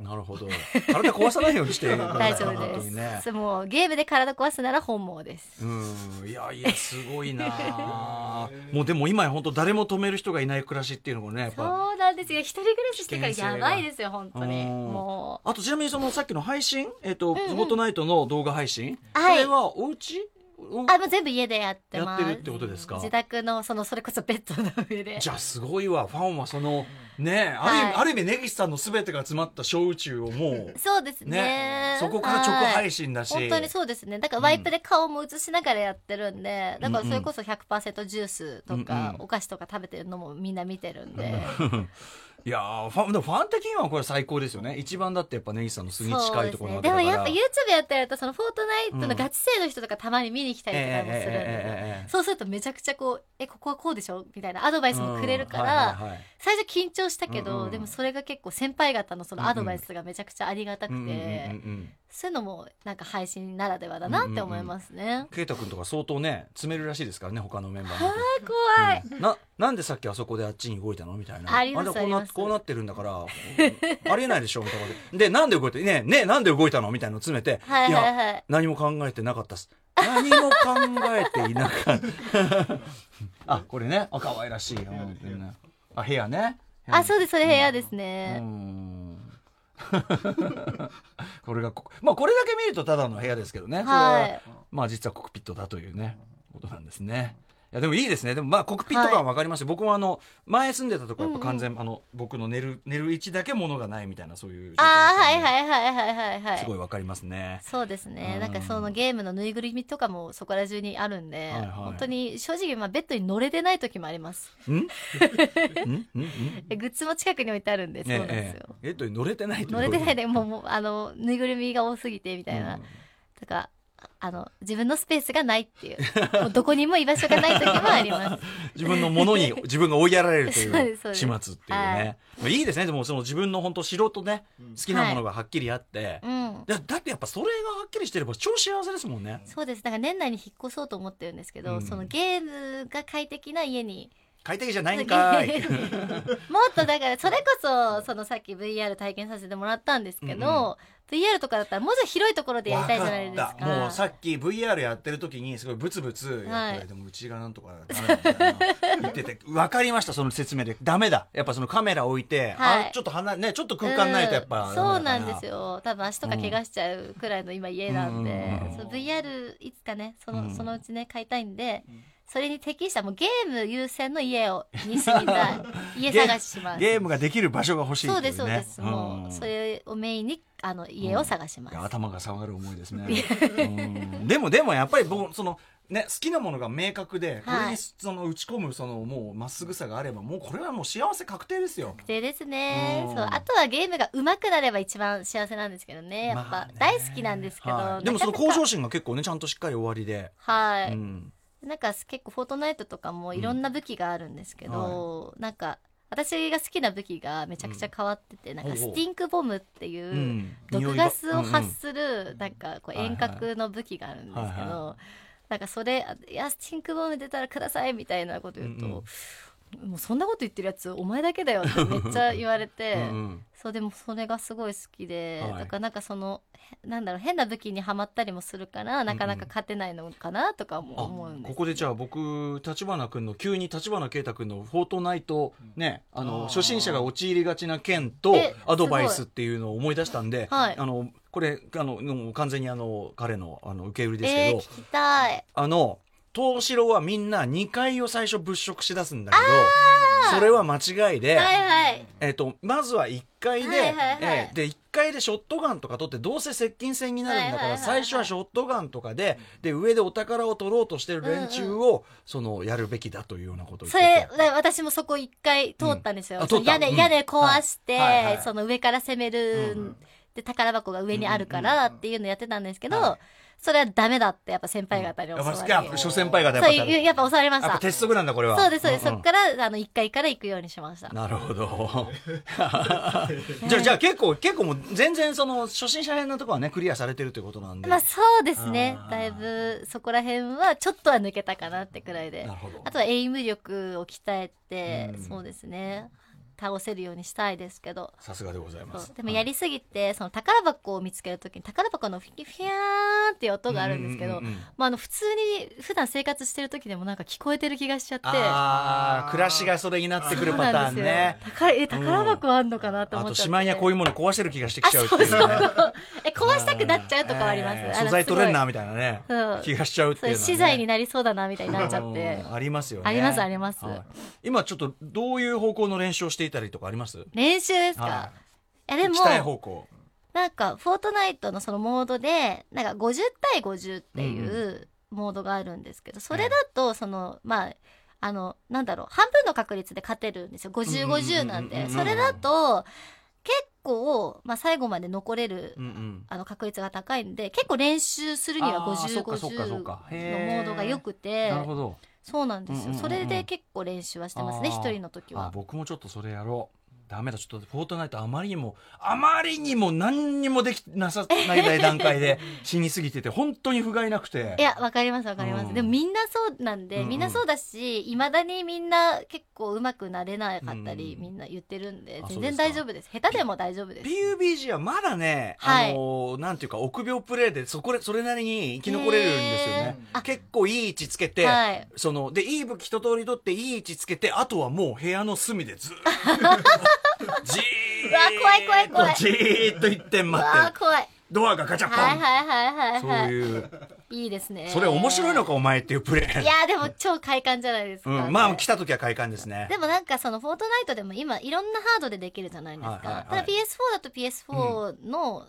Speaker 1: んなるほど体壊さないように して
Speaker 3: 大丈夫で
Speaker 1: 本当
Speaker 3: す、
Speaker 1: にね
Speaker 3: そうもうゲームで体壊すなら本望です
Speaker 1: うんいやいやすごいな もうでも今や本当誰も止める人がいない暮らしっていうのもねやっぱ
Speaker 3: そうなんですよ一人暮らししてから
Speaker 1: 危険性
Speaker 3: や
Speaker 1: が
Speaker 3: ばいですよ本当に
Speaker 1: うん
Speaker 3: もう
Speaker 1: あとちなみにそのさっきの配信えっ、と、フォートナイトの動画配信、
Speaker 3: は
Speaker 1: そ
Speaker 3: い
Speaker 1: れはお家お
Speaker 3: あもう全部家でやって
Speaker 1: やっ
Speaker 3: ます
Speaker 1: てるってことですか
Speaker 3: 自宅のそのそれこそベッドの上で
Speaker 1: じゃあすごいわファンはそのねある意味、
Speaker 3: はい
Speaker 1: ある意味根岸さんの全てが詰まった小宇宙をもう
Speaker 3: そうです
Speaker 1: ね
Speaker 3: ね
Speaker 1: そこから直配信だし
Speaker 3: はい本当にそうですねだからワイプで顔も映しながらやってるんで、だからそれこそ100%ジュースと
Speaker 1: うん
Speaker 3: か、
Speaker 1: うん
Speaker 3: お菓子とか食べてるのもみんな見てるんで、
Speaker 1: いやーファンでもファン的にはこれ最高ですよね一番だってやっぱ根岸さんの素に
Speaker 3: そう
Speaker 1: 近い
Speaker 3: で
Speaker 1: と
Speaker 3: す
Speaker 1: ころな
Speaker 3: ね
Speaker 1: わけだ
Speaker 3: でも
Speaker 1: から
Speaker 3: やっぱ YouTube やってるとそのフォートナイトのガチ勢の人とかたまに見に来たりとかもするんで、
Speaker 1: ええええええええ
Speaker 3: そうするとめちゃくちゃこう「えここはこうでしょ?」みたいなアドバイスもくれるから、
Speaker 1: うんはいはいはい
Speaker 3: 最初緊張したけど、
Speaker 1: うんうん
Speaker 3: でもそれが結構先輩方のそのアドバイスがめちゃくちゃありがたく
Speaker 1: う
Speaker 3: て、
Speaker 1: んうんうんうん
Speaker 3: そういうのもなんか配信ならではだなって思いますね。
Speaker 1: 圭太君とか相当ね詰めるらしいですからね他のメンバーのこと
Speaker 3: 怖い、
Speaker 1: ななんでさっきあそこであっちに動いたのみたいな
Speaker 3: あります
Speaker 1: れこう
Speaker 3: あり
Speaker 1: な
Speaker 3: ます
Speaker 1: こうなってるんだからありえないでしょみたいなことででなんで動いたねえねえなんで動いたのみたいなの詰めて、
Speaker 3: はいはい
Speaker 1: や
Speaker 3: はい
Speaker 1: 何も考えてなかったっす何も考えていなかった あこれねあ可愛らしいよ本当にねあ部屋ね
Speaker 3: あそうですそれ部屋です
Speaker 1: うー
Speaker 3: ね、
Speaker 1: ん これがこまあこれだけ見るとただの部屋ですけどね、それ
Speaker 3: はい
Speaker 1: まあ実はコックピットだというねことなんですねいやでもいいですねでもまあコックピット感は分かりますよ、僕もあの前住んでたとこはやっぱ完全、あの僕の寝る寝る位置だけ物がないみたいなそういう状態
Speaker 3: ああ
Speaker 1: だった
Speaker 3: は
Speaker 1: んで
Speaker 3: いはいはいはいはいは
Speaker 1: すご
Speaker 3: い
Speaker 1: い分かりますね
Speaker 3: そうですね、
Speaker 1: うん
Speaker 3: なんかそのゲームのぬいぐるみとかもそこら中にあるんで、
Speaker 1: はいはい
Speaker 3: 本当に正直まあベッドに乗れてない時もあります
Speaker 1: んん んん
Speaker 3: でグッズも近くに置いてあるんでそうなんですよ、
Speaker 1: えええっと乗れてないって
Speaker 3: 乗れてない
Speaker 1: で
Speaker 3: でもうもうあのぬいぐるみが多すぎてみたいな、とかあの自分のスペースがないっていうもうどこにも居場所がない時もあります
Speaker 6: 自分のものに自分が追いやられると い
Speaker 3: そうで
Speaker 6: う
Speaker 3: すそうです
Speaker 6: 始末っていうね。いいですね。でもその自分の本当素人ね、好きなものがはっきりあって
Speaker 3: う。ん
Speaker 6: だだってやっぱそれがはっきりしてれば超幸せですもんね。
Speaker 3: そうですだから年内に引っ越そうと思ってるんですけど、
Speaker 6: うん
Speaker 3: そのゲームが快適な家に
Speaker 6: 快適じゃないんかい。
Speaker 3: もっとだからそれこそそのさっき VR 体験させてもらったんですけど、VR とかだったらもうちょい広いところでやりたいじゃないですか
Speaker 6: わったもうさっき VR やってる時にすごいブツブツやって、
Speaker 3: はい
Speaker 6: でもうちがなんとかダメだみたいな言ってて分かりましたその説明でダメだやっぱそのカメラ置いて、
Speaker 3: はい
Speaker 6: あちょっと離ねちょっと空間ないとやっぱ、
Speaker 3: うんそうなんです
Speaker 6: よ
Speaker 3: よ多分足とか怪我しちゃうくらいの今家なんで、
Speaker 6: うん
Speaker 3: そう VR いつかねその,、
Speaker 6: うん
Speaker 3: そのうちね買いたいんで、それに適したもうゲーム優先の家をにしてみ たい家探しします
Speaker 6: ゲームができる場所が欲しいってい
Speaker 3: そううで
Speaker 6: ね
Speaker 3: すそうです、
Speaker 6: ん
Speaker 3: もうそれをメインにあの家を探しま
Speaker 6: い
Speaker 3: す、
Speaker 6: や頭が下がる思いですね、うんでもでもやっぱり僕そのね、好きなものが明確で、これ
Speaker 3: は
Speaker 6: に
Speaker 3: い
Speaker 6: その打ち込むそのもうまっすぐさがあればもうこれはもう幸せ確定ですよ。
Speaker 3: でですね、
Speaker 6: うん
Speaker 3: そうあとはゲームが上手くなれば一番幸せなんですけどねやっぱ、
Speaker 6: まあね
Speaker 3: 大好きなんですけど、
Speaker 6: はいでもその
Speaker 3: なかな
Speaker 6: 向
Speaker 3: か
Speaker 6: 上心が結構ねちゃんとしっかり終わりで、
Speaker 3: はい、
Speaker 6: うん、
Speaker 3: なんか結構「フォートナイト」とかもいろんな武器があるんですけど、なんか私が好きな武器がめちゃくちゃ変わってて、なん
Speaker 6: ほ
Speaker 3: か
Speaker 6: うほう
Speaker 3: スティンクボムっていう、
Speaker 6: うん
Speaker 3: 毒ガスを発す
Speaker 6: うんう
Speaker 3: る
Speaker 6: ん
Speaker 3: なんかこう
Speaker 6: はいはい
Speaker 3: 遠隔の武器があるんですけど、
Speaker 6: はいは
Speaker 3: なんかそれ「いやスティンクボム出たらください」みたいなこと言うと。もうそんなこと言ってるやつお前だけだよってめっちゃ言われ て
Speaker 6: うんうん
Speaker 3: そうでもそれがすごい好きで、
Speaker 6: はい
Speaker 3: だからなんかそのへなんだろう変な武器にはまったりもするからなかなか勝てないのかなとかも
Speaker 6: あ
Speaker 3: 思うんです
Speaker 6: ここでじゃあ僕立花君の急に立花慶太君の「フォートナイトね」あの
Speaker 5: あー
Speaker 6: 初心者が陥りがちな件と
Speaker 3: え
Speaker 6: アドバイス
Speaker 3: すご
Speaker 6: っ
Speaker 3: い
Speaker 6: ていうのを思い出したんで、
Speaker 3: はい
Speaker 6: あのこれあのもう完全にあの彼のあの受け売りです
Speaker 3: え
Speaker 6: け
Speaker 3: え
Speaker 6: ど、
Speaker 3: ー、聞きたい
Speaker 6: あの東四郎はみんな2階を最初物色しだすんだけどそれは間違いで。
Speaker 3: はいはい
Speaker 6: えっとまずは1階で、
Speaker 3: はいはいはい
Speaker 6: えーで1階でショットガンとか取ってどうせ接近戦になるんだから、
Speaker 3: はいはいはいはい
Speaker 6: 最初はショットガンとかでで上でお宝を取ろうとしてる連中を、そのやるべきだというようなことを
Speaker 3: そ
Speaker 6: 言って
Speaker 3: れ
Speaker 6: て
Speaker 3: 私もそこ一回通ったんですよ、
Speaker 6: うんあ
Speaker 3: そ
Speaker 6: 通
Speaker 3: の屋
Speaker 6: った
Speaker 3: 根
Speaker 6: うん
Speaker 3: 屋根壊して、
Speaker 6: はいはいはい
Speaker 3: その上から攻める、
Speaker 6: うん
Speaker 3: で宝箱が上にあるからっていうのやってたんですけど、
Speaker 6: うんうんはい
Speaker 3: それはダメだってやっぱ先輩方に
Speaker 6: や
Speaker 3: 教
Speaker 6: っ
Speaker 3: わ
Speaker 6: ぱ
Speaker 3: り、
Speaker 6: スキャップ初先輩方やっ
Speaker 3: そ
Speaker 6: ぱ
Speaker 3: う
Speaker 6: り
Speaker 3: いうやっぱ教わりまし
Speaker 6: やっぱ
Speaker 3: た
Speaker 6: 鉄則なんだこれは
Speaker 3: そうですそうです、
Speaker 6: んん
Speaker 3: そこからあの1階から行くようにしました
Speaker 6: なるほ どじゃあじゃあ結構結構もう全然その初心者編のところはねクリアされてるということなんで、
Speaker 3: まあそうですね
Speaker 6: あー
Speaker 3: だいぶそこら辺はちょっとは抜けたかなってくらいで
Speaker 6: なるほど
Speaker 3: あとはエイム力を鍛えて、
Speaker 6: うん
Speaker 3: そうですね倒せるようにしたいですけど
Speaker 6: さすがでございま
Speaker 3: そう
Speaker 6: す
Speaker 3: でもやりすぎてその宝箱を見つけるときに宝箱のフィフィヤーンっていう音があるんですけど、
Speaker 6: ううううん
Speaker 3: まあ、あの普通に普段生活してる時でもなんか聞こえてる気がしちゃって
Speaker 6: ああ暮らしがそれになってくる
Speaker 3: そう
Speaker 6: パター
Speaker 3: なん
Speaker 6: ン
Speaker 3: ですよ
Speaker 6: ね
Speaker 3: 宝え宝箱あんのかなと
Speaker 6: あ
Speaker 3: 思っ
Speaker 6: と
Speaker 3: ちゃって、
Speaker 6: しまいにはこういうもの壊してる気がしてきちゃうっていうね
Speaker 3: え壊したくなっちゃうとかはあります、
Speaker 6: えー
Speaker 3: あの
Speaker 6: 素材取れん
Speaker 3: す
Speaker 6: なみたいなね
Speaker 3: そう
Speaker 6: 気がしちゃうっ
Speaker 3: ご
Speaker 6: てい
Speaker 3: いうそう
Speaker 6: のはね
Speaker 3: 資材になりそうだなみたいになっちゃっ
Speaker 6: う
Speaker 3: て
Speaker 6: んありますよね
Speaker 3: ありますあります
Speaker 6: はい今ちょっとどういう方向の練習をしていたりとかあります
Speaker 3: 練習ですか、
Speaker 6: はい
Speaker 3: やで
Speaker 6: 行
Speaker 3: も
Speaker 6: きたい方向
Speaker 3: なんか、フォートナイトのそのモードで、なんか50対50っていううモードがあるんですけど、それだと、その、まあ、あの、なんだろう、半分の確率で勝てるんですよ。50、50なん
Speaker 6: うんうん
Speaker 3: で。
Speaker 6: うんうん
Speaker 3: それだと、結構、まあ、最後まで残れる
Speaker 6: う、んうん
Speaker 3: あの、確率が高いんで、結構練習するには
Speaker 6: あー
Speaker 3: 50、
Speaker 6: そっかそっか
Speaker 3: 50
Speaker 6: そ
Speaker 3: の
Speaker 6: っ
Speaker 3: モ
Speaker 6: かへー
Speaker 3: ードが良くて
Speaker 6: な、るほど
Speaker 3: そうなんです
Speaker 6: うんう
Speaker 3: よ。
Speaker 6: んうんうん
Speaker 3: それで結構練習はしてますね、
Speaker 6: あー
Speaker 3: 一人の時
Speaker 6: あ
Speaker 3: は。
Speaker 6: 僕もちょっとそれやろうダメだちょっとフォートナイトあまりにもあまりにも何にもできなさない段 階で死にすぎてて本当に不甲斐なくて
Speaker 3: いや、わかりますわかります。
Speaker 6: うん
Speaker 3: でもみんなそうなんで、
Speaker 6: うんうん
Speaker 3: みんなそうだし、いまだにみんな結構うまくなれなかったり、
Speaker 6: うん
Speaker 3: みんな言ってるんで
Speaker 6: あ、
Speaker 3: 全
Speaker 6: そうで
Speaker 3: 然
Speaker 6: すか
Speaker 3: 大丈夫です。下手でも大丈夫です。
Speaker 6: PUBG はまだね、
Speaker 3: はい
Speaker 6: あのーなんていうか、臆病プレイで、そこれ、それなりに生き残れるんですよね
Speaker 5: へ。
Speaker 3: ーあ
Speaker 6: 結構いい位置つけて、
Speaker 3: はい
Speaker 6: その、で、いい武器一通り取って、いい位置つけて、あとはもう部屋の隅でずーっ
Speaker 3: うわ
Speaker 6: と、じーっと、
Speaker 3: 怖い怖い怖い
Speaker 6: じーっと一点
Speaker 3: う
Speaker 6: 待っ
Speaker 3: わあ
Speaker 6: て、
Speaker 3: 怖い。
Speaker 6: ドアがガチャパン。
Speaker 3: はいはいはい
Speaker 6: そ
Speaker 3: はいはい。
Speaker 6: ういう、
Speaker 3: いいですね。
Speaker 6: それ面白いのか、お前っていうプレ
Speaker 3: い
Speaker 6: イ。
Speaker 3: やーでも超快感じゃないです
Speaker 6: う
Speaker 3: か。
Speaker 6: ん、まあ、来た時は快感ですね。
Speaker 3: でもなんかそのフォートナイトでも今いろんなハードでできるじゃないですか。
Speaker 6: はいはいはい
Speaker 3: ただ PS4 だと PS4 の、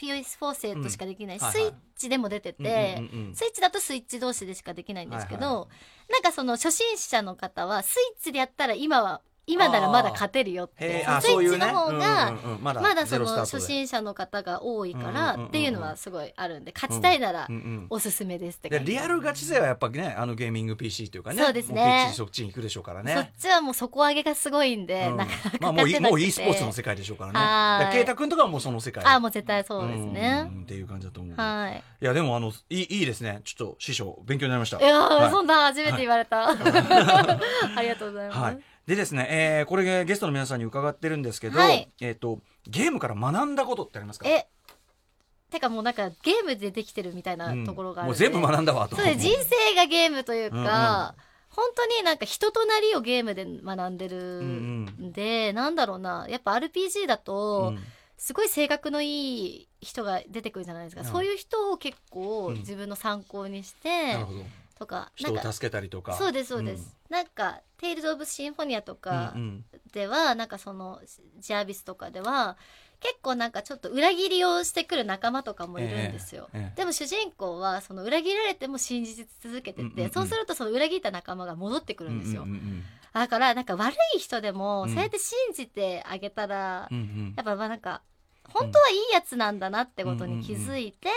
Speaker 3: PS4 生としかできない、
Speaker 6: うんはい
Speaker 3: ス
Speaker 6: はい
Speaker 3: イッチでも出てて、
Speaker 6: うんうんうんうん
Speaker 3: スイッチだとスイッチ同士でしかできないんですけど、
Speaker 6: はいは
Speaker 3: なんかその初心者の方はスイッチでやったら今は今ならまだ勝てるよっ
Speaker 6: へ
Speaker 3: て
Speaker 6: え、あ、
Speaker 3: ス
Speaker 6: そう
Speaker 3: イ
Speaker 6: い
Speaker 3: ッチ
Speaker 6: うね。
Speaker 3: の方が、
Speaker 6: うんうんうんまだ
Speaker 3: まだ
Speaker 6: ゼ
Speaker 3: そ
Speaker 6: ロ
Speaker 3: の
Speaker 6: スタートで
Speaker 3: 初心者の方が多いか
Speaker 6: うんうんうん
Speaker 3: ら
Speaker 6: うん
Speaker 3: っていうのはすごいあるんで勝ちたいなら
Speaker 6: うんうん
Speaker 3: おすすめですって
Speaker 6: で
Speaker 3: 感じ
Speaker 6: リアルガチ勢はやっぱね、あのゲーミング PC というかね、
Speaker 3: そうですね
Speaker 6: も PC そっちに行くでしょうから
Speaker 3: そ
Speaker 6: ね
Speaker 3: っ。ちはもう底上げがすごいんで、
Speaker 6: うん
Speaker 3: なかなか
Speaker 6: まあもうい
Speaker 3: 勝てなくて
Speaker 6: もう e スポーツの世界でしょうからね。だ
Speaker 3: はい
Speaker 6: から啓太君とかはもうその世界。
Speaker 3: ああもう絶対そうです
Speaker 6: う
Speaker 3: ね
Speaker 6: ん。うんっていう感じだと思う。い
Speaker 3: はい。
Speaker 6: やでもあのいいいいですね。ちょっと師匠勉強になりました。
Speaker 3: いやー、
Speaker 6: はい
Speaker 3: そんな初めて言われ た。ありがとうございます。
Speaker 6: はい。でですね、えーこれがゲストの皆さんに伺ってるんですけど、
Speaker 3: はい
Speaker 6: えっ、とゲームから学んだことってありますか？
Speaker 3: え、てかもうなんかゲームでできてるみたいな
Speaker 6: うん
Speaker 3: ところがある、
Speaker 6: もう全部
Speaker 3: んで
Speaker 6: 学んだわと。
Speaker 3: そうです人生がゲームというか、
Speaker 6: うんうん
Speaker 3: 本当になんか人となりをゲームで学んでる
Speaker 6: うん
Speaker 3: んで、なんだろうな、やっぱ RPG だと、
Speaker 6: うん
Speaker 3: すごい性格のいい人が出てくるじゃないですか、
Speaker 6: うん
Speaker 3: そういう人を結
Speaker 6: う
Speaker 3: 構
Speaker 6: ん
Speaker 3: 自分の参考にし
Speaker 6: な
Speaker 3: て、
Speaker 6: るほど。
Speaker 3: とかな
Speaker 6: 人
Speaker 3: ん
Speaker 6: を
Speaker 3: か
Speaker 6: 助けたりとか。
Speaker 3: そうですそうです、なんか「テイルズ・オブ・シンフォニア」と
Speaker 6: うん。
Speaker 3: か
Speaker 6: うんうん
Speaker 3: では、なんかそのジアービスとかでは結構なんかちょっと裏切りをしてくる仲間とかもいるんですよ、
Speaker 6: ええええ
Speaker 3: でも主人公はその裏切られても信じ続けてて、
Speaker 6: うんうんうん
Speaker 3: そうするとその裏切った仲間が戻ってくるんですよ、
Speaker 6: うんうんうん
Speaker 3: だからなんか悪い人でも
Speaker 6: うん
Speaker 3: そうやって信じてあげたら、
Speaker 6: うんうん
Speaker 3: やっぱまあなんか本当はいいやつなんだなってことに気づいて、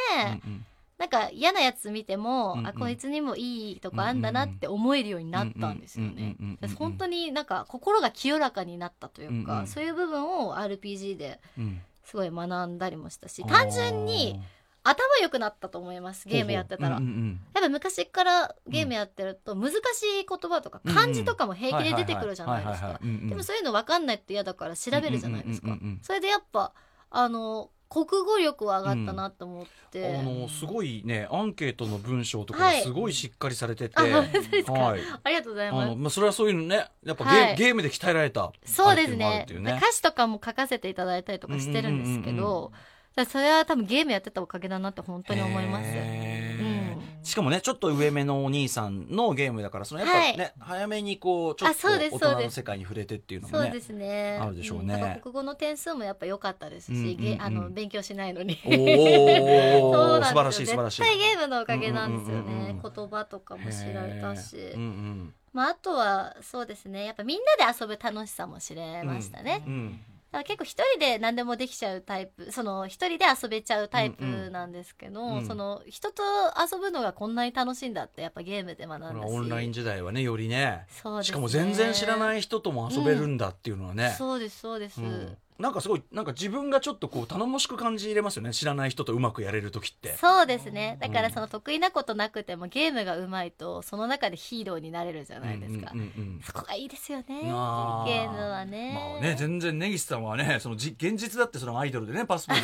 Speaker 6: うんうん
Speaker 3: なんか嫌なやつ見ても、
Speaker 6: うんうん
Speaker 3: あこいつにもいいとこあんだなって思えるようになったんですよ
Speaker 6: うんうん
Speaker 3: ね
Speaker 6: うんうんうんうん。
Speaker 3: 本当になんか心が清らかになったというか、
Speaker 6: うんうん
Speaker 3: そういう部分を RPG で
Speaker 6: うん
Speaker 3: すごい学んだりもしたし単純に頭良くなったと思いますゲームやってたら。
Speaker 6: うんうん
Speaker 3: やっぱ昔からゲームやってると難しい言葉とか漢字とかも
Speaker 6: うん
Speaker 3: 平気で出てくるじゃないです
Speaker 6: はは
Speaker 3: か
Speaker 6: は。はうんうん
Speaker 3: でもそういうの分かんないって嫌だから調べるじゃないです
Speaker 6: う
Speaker 3: か
Speaker 6: んうんうんうんうん。
Speaker 3: それでやっぱあの国語力は上がったなと思って。
Speaker 6: あのすごいねアンケートの文章とか
Speaker 3: はい
Speaker 6: すごいしっかりされてて、
Speaker 3: あ本当ですか
Speaker 6: はい、
Speaker 3: ありがとうござい
Speaker 6: あ
Speaker 3: ま
Speaker 6: のまあそれはそういうのねやっぱゲ,、
Speaker 3: はい
Speaker 6: ゲームで鍛えられた
Speaker 3: す。そうですね
Speaker 6: 相手もあるっていうね
Speaker 3: 歌詞とかも書かせていただいたりとかしてるんですけ
Speaker 6: うんうんうん
Speaker 3: ど、だからそれは多分ゲームやってたおかげだなって本当に思います。
Speaker 6: へー
Speaker 3: う
Speaker 6: しかもねちょっと上目のお兄さんのゲームだからそのやっぱ
Speaker 3: はい
Speaker 6: ね、早めにこうちょっ
Speaker 3: あ
Speaker 6: と
Speaker 3: そうです
Speaker 6: 大人
Speaker 3: そう
Speaker 6: の
Speaker 3: です
Speaker 6: 世界に触れてっていうのも
Speaker 3: そう
Speaker 6: ね
Speaker 3: ですね。
Speaker 6: あるでしょうね
Speaker 3: んだから国語の点数もやっぱ良かったです
Speaker 6: うんうんう
Speaker 3: し、
Speaker 6: ん
Speaker 3: ゲあの勉強しない のに。
Speaker 6: お お
Speaker 3: そう
Speaker 6: 素
Speaker 3: な
Speaker 6: 晴
Speaker 3: ん
Speaker 6: ら
Speaker 3: で
Speaker 6: し
Speaker 3: す
Speaker 6: い
Speaker 3: よ
Speaker 6: 素晴らしい
Speaker 3: 絶対ゲームのおかげなんですよね。
Speaker 6: うんうんうんうん
Speaker 3: 言葉とかも知られたし。
Speaker 6: へーうん
Speaker 3: まあ、あとはそうですねやっぱみんなで遊ぶ楽しさも知れ
Speaker 6: うん
Speaker 3: ましたね、
Speaker 6: うんうん
Speaker 3: だから結構一人で何でもできちゃうタイプその一人で遊べちゃうタイプなんですけど、
Speaker 6: うんうん
Speaker 3: その人と遊ぶのがこんなに楽しいんだってやっぱゲームで学んだし
Speaker 6: これはオンライン時代はねよりね
Speaker 3: そうですね
Speaker 6: しかも全然知らないい人とも遊べるんだっていうのはね、
Speaker 3: そうですそうです、
Speaker 6: うんなんかすごいなんか自分がちょっとこう頼もしく感じれますよね知らない人とうまくやれる時って
Speaker 3: そうですねだからその得意なことなくてもゲームがうまいとその中でヒーローになれるじゃないですか、
Speaker 6: うんうんうん
Speaker 3: そこがいいですよねゲーム
Speaker 6: あー
Speaker 3: はね,、
Speaker 6: まあね全然根岸さんはねそのじ現実だってそのアイドルでねパスポ で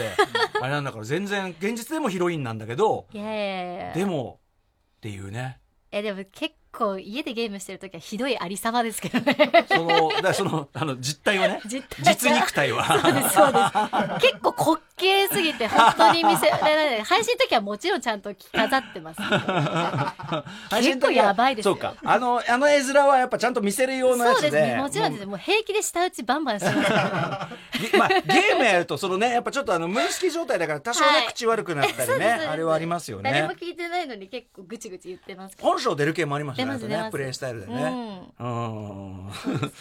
Speaker 6: あれなんだから全然現実でもヒロインなんだけど
Speaker 3: いやいやいやいや
Speaker 6: でもっていうね
Speaker 3: えでも結構家でゲームしてる時はひどいありさまですけど ね
Speaker 6: そのだからそのあの実態はね
Speaker 3: 実態が
Speaker 6: 実肉体
Speaker 3: そう
Speaker 6: は
Speaker 3: ですそうです結構滑稽すぎて本当に見せられない配信の時はもちろんちゃんと飾ってますけど結構やばいですよ
Speaker 6: そうかあのあの絵面はやっぱちゃんと見せるようなや
Speaker 3: そ
Speaker 6: つ
Speaker 3: う
Speaker 6: で
Speaker 3: ですねもちろんですもう平気で舌打ちバンバンしてますから
Speaker 6: げまあ、ゲームやるとそのねやっぱちょっとあの無意識状態だから多少ね、
Speaker 3: はい
Speaker 6: 口悪くなったりね
Speaker 3: そうです
Speaker 6: あれはありますよ
Speaker 3: 誰も
Speaker 6: ね
Speaker 3: 聞いてないのに結構ぐちぐち言ってますけど
Speaker 6: 本性出る系もありましたね
Speaker 3: 出ます
Speaker 6: あと
Speaker 3: 出ま
Speaker 6: ね
Speaker 3: す
Speaker 6: プレイスタイルでねうん
Speaker 3: うん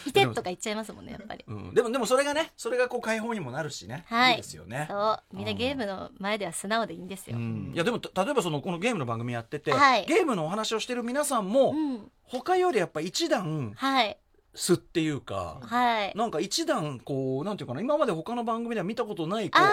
Speaker 3: いてとか言っちゃいますもんねやっぱり
Speaker 6: うんでもでもそれがねそれがこう解放にもなるしね、
Speaker 3: はい
Speaker 6: いですよね
Speaker 3: そうみんなゲームの前では素直でいいんですよ、
Speaker 6: うん、いやでもた例えばそのこのゲームの番組やってて、
Speaker 3: はい
Speaker 6: ゲームのお話をしてる皆さんも、
Speaker 3: うん
Speaker 6: 他よりやっぱ一段
Speaker 3: はい
Speaker 6: すっていうか、
Speaker 3: はい
Speaker 6: なんか一段こうなんていうかな今まで他の番組では見たことないこう
Speaker 3: あー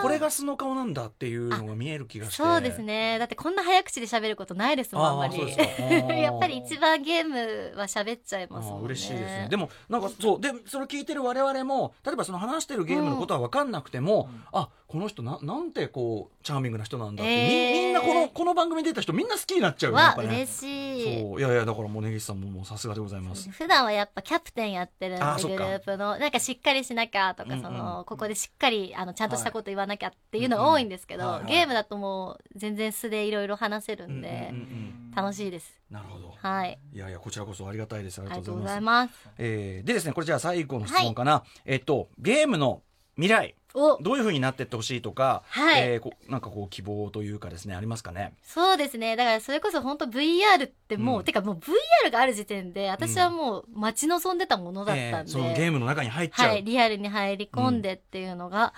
Speaker 6: あこれが素の顔なんだっていうのが見える気がして
Speaker 3: そうですね。だってこんな早口で喋ることないですもん、あんま
Speaker 6: ーそう
Speaker 3: り
Speaker 6: です。か
Speaker 3: やっぱり一番ゲームは喋っちゃい
Speaker 6: あ
Speaker 3: ますもん
Speaker 6: ー
Speaker 3: ね。
Speaker 6: 嬉しいですねでもなんかそうでそれ聞いてる我々も例えばその話してるゲームのことは分かんなくても、あこの人ななんてこうチャーミングな人なんだって、み
Speaker 3: えー
Speaker 6: みんなこのこの番組に出た人みんな好きになっちゃうよねや
Speaker 3: わ、
Speaker 6: っぱね
Speaker 3: 嬉しい。
Speaker 6: そういやいやだからもう根岸さんももうさすがでございます
Speaker 3: 普段はやっぱキャプテンやってるんで
Speaker 6: あーそっか
Speaker 3: グループのなんかしっかりしなきゃとか、
Speaker 6: うんうん
Speaker 3: そのここでしっかりあのちゃんとしたこと言わなきゃっていうの多いんですけど、
Speaker 6: はいはい
Speaker 3: ゲームだともう全然素でいろいろ話せる
Speaker 6: うんうんんう
Speaker 3: で、
Speaker 6: ん
Speaker 3: 楽しいです
Speaker 6: なるほど
Speaker 3: はい
Speaker 6: いやいやこちらこそありがたいですあ
Speaker 3: あ
Speaker 6: り
Speaker 3: り
Speaker 6: が
Speaker 3: がと
Speaker 6: とう
Speaker 3: う
Speaker 6: ご
Speaker 3: ご
Speaker 6: ざ
Speaker 3: ざ
Speaker 6: い
Speaker 3: い
Speaker 6: ます
Speaker 3: ます
Speaker 6: えーでですねこれじゃあ最後の質問かな、えっとゲームの未来
Speaker 3: お
Speaker 6: どういうふうになってってほしいとか、
Speaker 3: はい
Speaker 6: えーこなんかこう希望というかですねありますかね。
Speaker 3: そうですね。だからそれこそ本当 VR ってもう、
Speaker 6: うん
Speaker 3: てかもう VR がある時点で、私はもう待ち望んでたものだったん
Speaker 6: えー
Speaker 3: で。
Speaker 6: そのゲームの中に入っちゃう。
Speaker 3: はい、リアルに入り込んでっていうのが、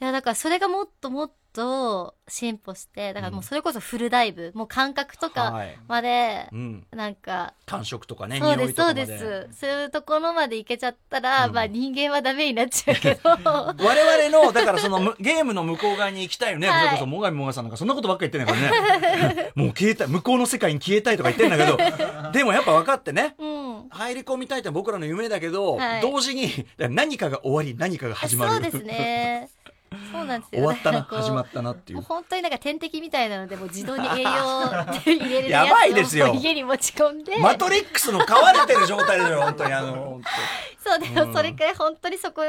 Speaker 3: いや、だからそれがもっともっと進歩して、だからもうそれこそフルダイブ、もう感覚とか
Speaker 6: はい
Speaker 3: まで
Speaker 6: う、ん、
Speaker 3: なんか、
Speaker 6: 感触とかね
Speaker 3: そう
Speaker 6: 匂
Speaker 3: で
Speaker 6: い
Speaker 3: す、そ
Speaker 6: とかま
Speaker 3: う
Speaker 6: で。
Speaker 3: です。そういうところまでいけちゃったら、
Speaker 6: うん
Speaker 3: まあ人間はダメになっちゃうけど、
Speaker 6: 我々の、だからそのむゲームの向こう側に行きたいよね。
Speaker 3: はい
Speaker 6: それこそ、もがみもがさんなんかそんなことばっか言ってんだからね。もう消えたい、向こうの世界に消えたいとか言ってんだ けど、でもやっぱ分かってね。
Speaker 3: うん。
Speaker 6: 入り込みたいって僕らの夢だけど、
Speaker 3: はい
Speaker 6: 同時にだから何かが終わり、何かが始まる。
Speaker 3: そうですね。そうなんです
Speaker 6: 終
Speaker 3: よ。
Speaker 6: わったな、
Speaker 3: だ からこう
Speaker 6: 始まったなってい
Speaker 3: もう
Speaker 6: う。
Speaker 3: 本当になんか点滴みたいなのでもう自動に栄養って入れる
Speaker 6: やばいですよ
Speaker 3: やつを家に持ち込んで、
Speaker 6: マトリックスの買われてる状態だよ、本当に。あの、本
Speaker 3: そうで
Speaker 6: うん
Speaker 3: もそれくらい本当にそこを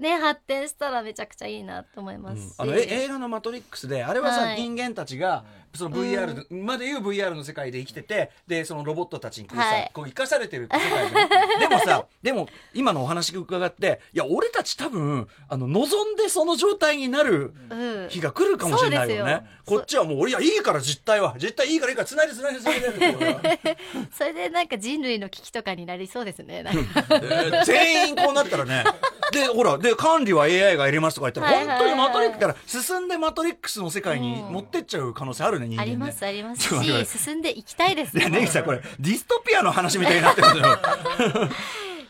Speaker 3: ね発展したらめちゃくちゃいいなと思い
Speaker 6: 当
Speaker 3: ま
Speaker 6: に
Speaker 3: す
Speaker 6: うん
Speaker 3: し、
Speaker 6: あのえ映画のマトリックスで、あれはさ、
Speaker 3: はい
Speaker 6: 人間たちが、その VR、までいう VR の世界で生きてて、で、そのロボットたちにこうさ、
Speaker 3: はい
Speaker 6: こう生かされてる世界じゃんでもさ、でも、今のお話伺って、いや、俺たち多分、あの、望んでその状態になる
Speaker 3: うん
Speaker 6: 日が来るかもしれないよ
Speaker 3: そう
Speaker 6: ね
Speaker 3: で。す
Speaker 6: こ
Speaker 3: よ
Speaker 6: っちはもう、俺はいいから、実態は。実態いいから、いいから、繋いで繋いで繋いでって俺は。
Speaker 3: それでなんか人類の危機とかになりそうですねなんか
Speaker 6: えー全員こうなったら ね。で、ほら、で、管理は AI がやりますとか言ったら、
Speaker 3: はいはいはい
Speaker 6: 本当にマトリックスだから、進んでマトリックスの世界に持ってっちゃう可能性あるね、人間
Speaker 3: あ
Speaker 6: ね。
Speaker 3: りますあります
Speaker 6: ちょっと待っ
Speaker 3: し
Speaker 6: て
Speaker 3: 進んでいきたいです
Speaker 6: い や、
Speaker 3: ね
Speaker 6: ネギさん、これ、ディストピアの話みたいになってる んだよ。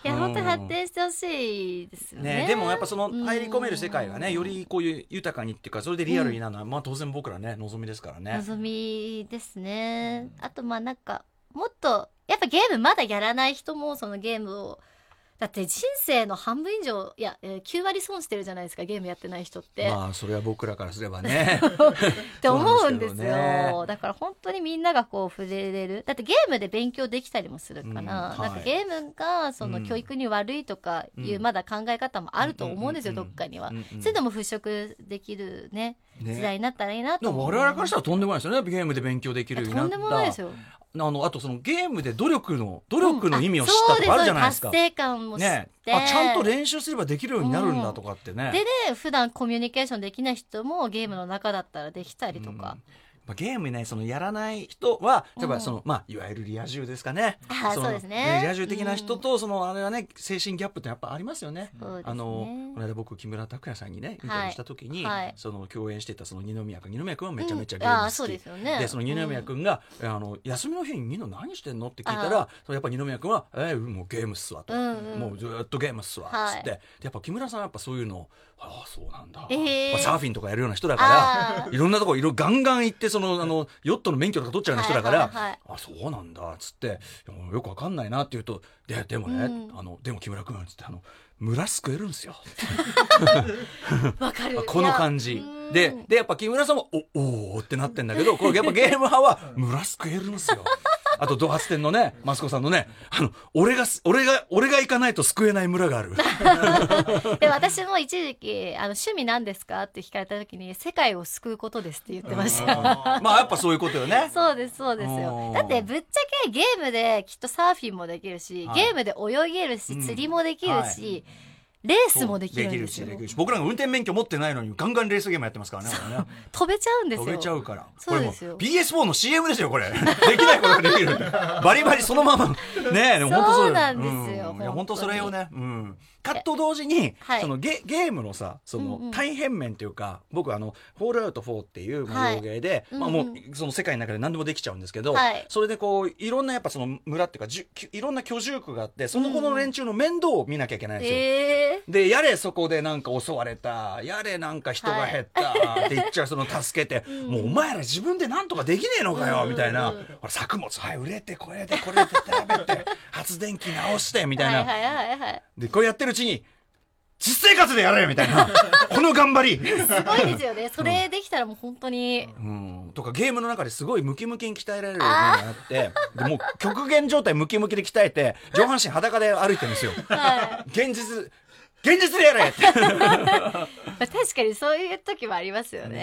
Speaker 3: いや本当に発展してほしいですよね
Speaker 6: ね、でもやっぱその入り込める世界がね、よりこういう豊かにっていうか、それでリアルになるのは、まあ当然僕らね、望みですからね。
Speaker 3: 望みですねあとまあなんかもっとやっぱゲームまだやらない人もそのゲームをだって人生の半分以上いやえー9割損してるじゃないですかゲームやってない人って、
Speaker 6: まあ、それは僕らからすれ ばね。
Speaker 3: って思うんですよ
Speaker 6: そうなんですけどね
Speaker 3: だから本当にみんながこう触れれるだってゲームで勉強できたりもするから、
Speaker 6: うんはい
Speaker 3: なんかゲームがその
Speaker 6: うん
Speaker 3: 教育に悪いとかいう、
Speaker 6: うん
Speaker 3: まだ考え方もあると思うんですよ、
Speaker 6: うん
Speaker 3: どっかには、
Speaker 6: うんうん
Speaker 3: そういうのも払拭できるね
Speaker 6: ね
Speaker 3: 時代になったらいいな
Speaker 6: で
Speaker 3: と
Speaker 6: も
Speaker 3: 思う
Speaker 6: 我々からしたらとんでもないですよね、ゲームで勉強できるようにな
Speaker 3: と
Speaker 6: っ
Speaker 3: ん
Speaker 6: た。
Speaker 3: でもないですよ
Speaker 6: あの、あとそのゲームで努力の、努力の意味を知ったとかあるじゃないですか。
Speaker 3: そうです達成感も知って
Speaker 6: ね、あちゃんと練習すればできるようになるんだとかってね、
Speaker 3: でね普段コミュニケーションできない人もゲームの中だったらできたりとか、
Speaker 6: まあ、ゲームねそのやらない人は例えば
Speaker 3: うん
Speaker 6: その、まあ、いわゆるリア充ですかね
Speaker 3: あー
Speaker 6: の
Speaker 3: そうですね
Speaker 6: リア充的な人と、そのあれはね精神ギャップってやっぱありますよね。
Speaker 3: そうですね
Speaker 6: あのこの間僕木村拓哉さんにねインタビューした時に、
Speaker 3: はい
Speaker 6: その共演してたその二宮君二宮君はめちゃめちゃゲ
Speaker 3: うんあー
Speaker 6: ー
Speaker 3: そう
Speaker 6: ム
Speaker 3: で
Speaker 6: 好き
Speaker 3: す、よね
Speaker 6: でその二宮君が、えあの休みの日にニノ何してんのって聞いたらそのやっぱ二宮君は「えーもうゲームっすわ」と、
Speaker 3: うんうん
Speaker 6: もうずーっとゲームっすわ」
Speaker 3: はい
Speaker 6: つって、でやっぱ木村さんはやっぱそういうの「ああそうなんだ、
Speaker 3: えー
Speaker 6: まあサーフィンとかやるような人だか
Speaker 3: あ
Speaker 6: らいろんなとこいろガンガン行ってそのあのヨットの免許とか取っちゃうような人だから、
Speaker 3: はいはいはい
Speaker 6: あそうなんだっつっていやもうよくわかんないなって言うと「ででもね、
Speaker 3: うん
Speaker 6: あのでも木村君」つってあの村救えるんですよ。
Speaker 3: わ、かる
Speaker 6: あ この感
Speaker 3: い
Speaker 6: じ
Speaker 3: やうん
Speaker 6: ででやっぱ木村さんもおおーってなってんだ けどこれやっぱゲーム派は村救えるんですよあとドハツ店のねマスコさんのねあの俺が俺が俺が行かないと救えない村が ある
Speaker 3: で私も一時期あの趣味なんですかって聞かれた時に世界を救うことですって言ってました
Speaker 6: まあやっぱそういうことよね
Speaker 3: そうですそうです
Speaker 6: う
Speaker 3: よ
Speaker 6: ん
Speaker 3: だってぶっちゃけゲームできっとサーフィンもできるし、
Speaker 6: はい
Speaker 3: ゲームで泳げるし
Speaker 6: うん
Speaker 3: 釣りもできる
Speaker 6: は
Speaker 3: し、レースもできるんですよ
Speaker 6: できるしできるし僕らが運転免許持ってないのにガンガンレースゲームやってますからねこれね
Speaker 3: 飛べちゃうんですよ
Speaker 6: 飛べちゃうから
Speaker 3: そうですよ
Speaker 6: これもう PS4 の CM ですよこれ できないことができるバリバリそのままねえでも本当
Speaker 3: そうなんですよ
Speaker 6: うんいや本
Speaker 3: 本当
Speaker 6: 当
Speaker 3: に
Speaker 6: それをねうんかと同時に、
Speaker 3: はい
Speaker 6: そのゲゲームのさその
Speaker 3: うんうん
Speaker 6: 大変面というか、僕あの「フォールアウト4」っていう模様ゲーで、
Speaker 3: はい
Speaker 6: まあ、もう
Speaker 3: うん
Speaker 6: その世界の中で何でもできちゃうんですけど、
Speaker 3: はい
Speaker 6: それでこういろんなやっぱその村っていうかじゅきいろんな居住区があってその子の連中の面倒を見なきゃいけないんですよ。
Speaker 3: ええ
Speaker 6: で、やれそこでなんか襲われた、やれなんか人が減ったって言っちゃう、その助 けて、もうお前ら自分でなんとかできねえのかよ、みたいな。ほら、作物、はい、売れて、これで、これで 食べて、発電機直して、みたい
Speaker 3: はい
Speaker 6: な。
Speaker 3: はいはいはい
Speaker 6: で、こうやってるうちに、実生活でやれみた いな。この頑張り
Speaker 3: すごいですよねそれできたらもう本当に、
Speaker 6: うん。とか、ゲームの中ですごいムキムキに鍛えられるようになって、で、もう極限状態ムキムキで鍛えて、上半身裸で歩いてるんですよ。
Speaker 3: はい
Speaker 6: 現実、現実でやれって。
Speaker 3: まあ確かにそういう時もありますよね
Speaker 6: ね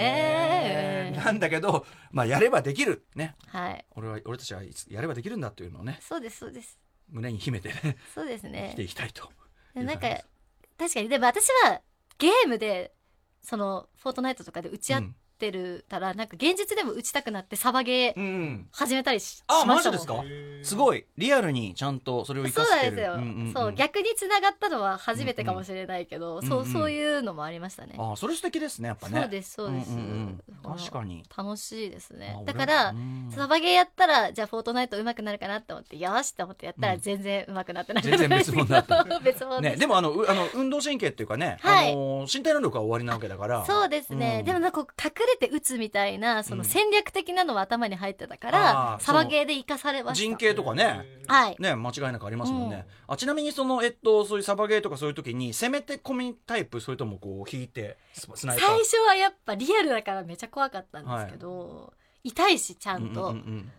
Speaker 6: えなんだけど、まあ、やればできる。ね。
Speaker 3: うんはい
Speaker 6: 俺は、俺たちはいつやればできるんだというのをね、
Speaker 3: そうですそうです
Speaker 6: 胸に秘めてね、
Speaker 3: そうですね
Speaker 6: 生きていきたいと。
Speaker 3: でなん
Speaker 6: い
Speaker 3: か
Speaker 6: う感
Speaker 3: 確かにでも私はゲームでそのフォートナイトとかで打ち合ってるたら、なんか現実でも打ちたくなってサバゲー
Speaker 6: うんうん
Speaker 3: 始めたりし,、
Speaker 6: あ
Speaker 3: しま
Speaker 6: マ
Speaker 3: した
Speaker 6: ジ
Speaker 3: もん
Speaker 6: ですか
Speaker 5: へー
Speaker 6: すごいリアルにちゃんとそれを生
Speaker 3: そ
Speaker 6: か
Speaker 3: う
Speaker 6: し
Speaker 3: な
Speaker 6: て
Speaker 3: ん
Speaker 6: る
Speaker 3: ですよ、
Speaker 6: んんん
Speaker 3: そう逆に繋がったのは初めてかもしれないけど、
Speaker 6: んうん
Speaker 3: そううん
Speaker 6: うん
Speaker 3: そういうのもありましたね、
Speaker 6: あそれ素敵ですねやっぱね
Speaker 3: そうですそうです、
Speaker 6: んんうん確かに
Speaker 3: 楽しいですね
Speaker 6: あ
Speaker 3: だから、
Speaker 6: 俺もうん
Speaker 3: サバゲーやったらじゃあフォートナイト上手くなるかなって思ってよーしって思ってやった
Speaker 6: う
Speaker 3: ら
Speaker 6: ん
Speaker 3: 全然上手くなってなかっ
Speaker 6: 全
Speaker 3: た
Speaker 6: 然別物だった
Speaker 3: た 別物で
Speaker 6: ね、
Speaker 3: す、
Speaker 6: でもあのうあの運動神経っていうかね、
Speaker 3: はい
Speaker 6: あの身体能力は終わりなわけだから
Speaker 3: そうですね、
Speaker 6: うん
Speaker 3: でもなんかこう隠れて打つみたいなそ
Speaker 6: うん
Speaker 3: の戦略的なのは頭に入ってたか
Speaker 6: あ
Speaker 3: ら、
Speaker 6: ー
Speaker 3: サバゲーで生かされました
Speaker 6: 人形とかね
Speaker 5: へー
Speaker 3: はい
Speaker 6: ね間違いなくありますもんね、あちなみにそのえっとそういうサバゲーとかそういう時に攻めて込みタイプそれともこう引いてススナイパー
Speaker 3: 最初はやっぱリアルだからめちゃ怖かったんですけど、痛いしちゃんと、
Speaker 6: うんうんうん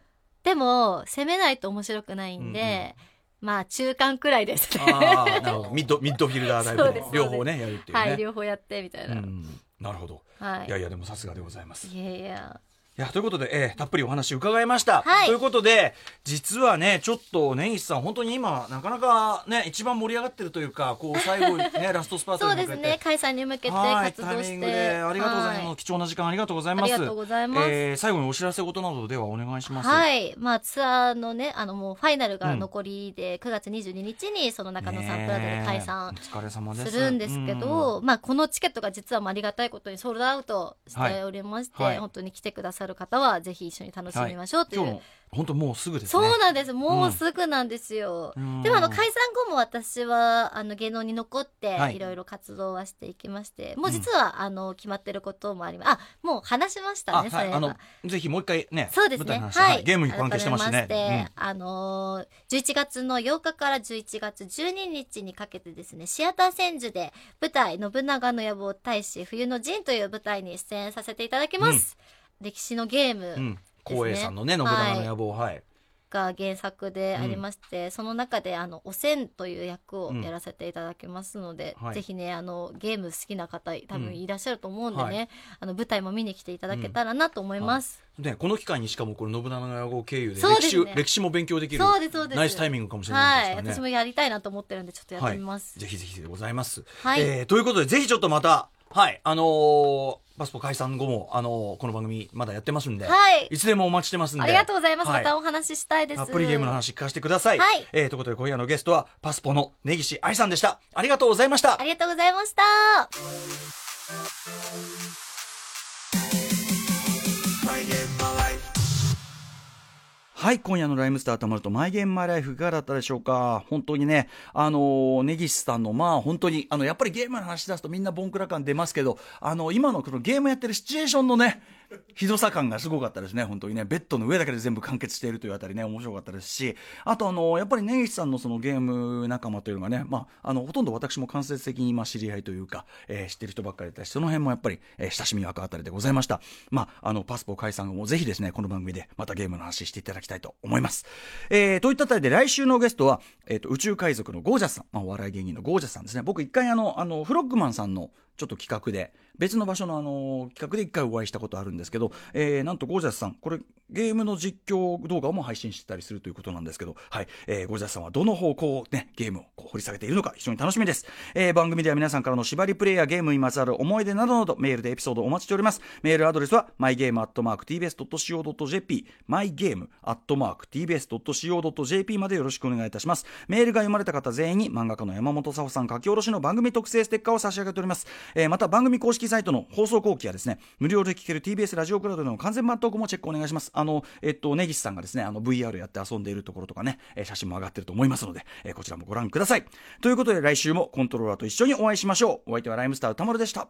Speaker 3: でも攻めないと面白くないんで、まあ中間くらいですね
Speaker 6: あーなるほ どミッドミッドフィルダータイプ
Speaker 3: そうで
Speaker 6: で
Speaker 3: すそうです
Speaker 6: 両方ねやるっていうね、
Speaker 3: はい両方やってみたいうな、
Speaker 6: んなるほど、
Speaker 3: はい
Speaker 6: い、やいやでもさすがでございます
Speaker 3: いやいや
Speaker 6: いや、ということで、えーたっぷりお話伺いました。
Speaker 3: はい
Speaker 6: ということで、実はね、ちょっと、根岸さん、本当に今、なかなかね、一番盛り上がってるというか、こう、最後、ね、ラストスパート
Speaker 3: そう
Speaker 6: に
Speaker 3: で
Speaker 6: 向
Speaker 3: す
Speaker 6: けて。
Speaker 3: ね解散に向けて
Speaker 6: はい、
Speaker 3: 活
Speaker 6: タイ
Speaker 3: 動
Speaker 6: ミ
Speaker 3: し
Speaker 6: ン
Speaker 3: て
Speaker 6: グで、ありがとうございます。
Speaker 3: は
Speaker 6: 貴重な時間ありがとうござい
Speaker 3: い
Speaker 6: ます。
Speaker 3: ありがとうございます、
Speaker 6: えー最後にお知らせ事などではお願いします。
Speaker 3: はい。まあ、ツアーのね、あの、もう、ファイナルが残りで、9月22日に、その中野サンプラザで解散
Speaker 6: ねえお疲れ様です
Speaker 3: するんですけど、まあ、このチケットが実はもうありがたいことにソールドアウトしておりまして、
Speaker 6: はいはい
Speaker 3: 本当に来てくださる方は、ぜひ一緒に楽しみましょうという。
Speaker 6: 今日の、本当もうすぐです
Speaker 3: そ
Speaker 6: ね。
Speaker 3: うなんです。もうすぐなんですよ。
Speaker 6: うん
Speaker 3: でもあの解散後も私はあの芸能に残って
Speaker 6: はい
Speaker 3: いろいろ活動はしていきまして、もう実はあの決まってることもあります。あ、もう話しました
Speaker 6: あ、
Speaker 3: ね、そ
Speaker 6: は
Speaker 3: れ
Speaker 6: い、
Speaker 3: は。
Speaker 6: あの、ぜひもう一回ね、
Speaker 3: そうです
Speaker 6: 舞台
Speaker 3: ね。
Speaker 6: の話
Speaker 3: は
Speaker 6: はい
Speaker 3: い。
Speaker 6: ゲームに関係してますしね
Speaker 3: 改めましてあのー、11月の8日から11月12日にかけてですね、シアター千住で舞台、信長の野望大使、冬の陣という舞台に出演させていただきます。歴史のゲーム。
Speaker 6: うん。光栄さんのね、信長の野望、はい。
Speaker 3: が原作でありまして、その中であのおせんという役をやらせていただきますので、
Speaker 6: うんはい
Speaker 3: ぜひねあのゲーム好きな方多
Speaker 6: うん
Speaker 3: 分いらっしゃると思うんでね、
Speaker 6: はい
Speaker 3: あの舞台も見に来ていただけたらなと思います、
Speaker 6: ね、この機会にしかもこの信長の野望経由で
Speaker 3: そう
Speaker 6: 歴
Speaker 3: です
Speaker 6: 史
Speaker 3: ね
Speaker 6: を歴史も勉強できる
Speaker 3: そうですそうです
Speaker 6: ナイスタイミングかもしれ
Speaker 3: は
Speaker 6: ない
Speaker 3: い、
Speaker 6: ですからね。
Speaker 3: 私もやりたいなと思ってるんでちょっとやってみます、
Speaker 6: ぜひぜひでございます。
Speaker 3: はい
Speaker 6: えーということで、ぜひちょっとまた、はい、あのーパスポ解散後も、あのーこの番組まだやってますんで、
Speaker 3: はい
Speaker 6: いつでもお待ちしてますんで。
Speaker 3: ありがとうございます、
Speaker 6: は
Speaker 3: またお話ししたいです
Speaker 6: たっぷりゲームの話聞かせてください。
Speaker 3: はい
Speaker 6: えーということで、今夜のゲストは、パスポの根岸愛さんでした。ありがとうございました
Speaker 3: あ。りがとうございました
Speaker 1: はい、今夜のライムスターたまると、マイゲームマイライフいかがだったでしょうか本当にね、あのー、根岸さんの、まあ本当に、あの、やっぱりゲームの話し出すとみんなボンクラ感出ますけど、あの、今のこのゲームやってるシチュエーションのね、ひどさ感がすごかったですね、本当にね。ベッドの上だけで全部完結しているというあたりね、面白かったですし、あとあのー、やっぱり根岸さんのそのゲーム仲間というのがね、まあ、あの、ほとんど私も間接的に今知り合いというか、えー知ってる人ばっかりだし、その辺もやっぱり、えー親しみがあたりでございました。まあ、あの、パスポ解散後もぜひですね、この番組でまたゲームの話していただきたいと思います。えー、といったあたりで来週のゲストは、えっ、と、宇宙海賊のゴージャスさん、まあ、お笑い芸人のゴージャスさんですね。僕一回あの、あの、フロッグマンさんのちょっと企画で、別の場所のあの、企画で一回お会いしたことあるんですけど、えー、なんとゴージャスさん、これ、ゲームの実況動画も配信してたりするということなんですけど、はい、えー、ゴージャスさんはどの方向をね、ゲームをこう掘り下げているのか非常に楽しみです。えー、番組では皆さんからの縛りプレイやゲームにまつわる思い出などなど、メールでエピソードをお待ちしております。メールアドレスは、mygame.tbs.co.jp、mygame.tbs.co.jp までよろしくお願いいたします。メールが読まれた方全員に漫画家の山本沙穂さん書き下ろしの番組特製ステッカーを差し上げております。えーまた番組公式サイトの放送後期やですね、無料で聴ける TBS ラジオクラウドでの完全版トークもチェックお願いします。あの、えっと、根岸さんがですね、あの VR やって遊んでいるところとかね、えー写真も上がってると思いますので、えーこちらもご覧ください。ということで来週もコントローラーと一緒にお会いしましょう。お相手はライムスター歌丸でした。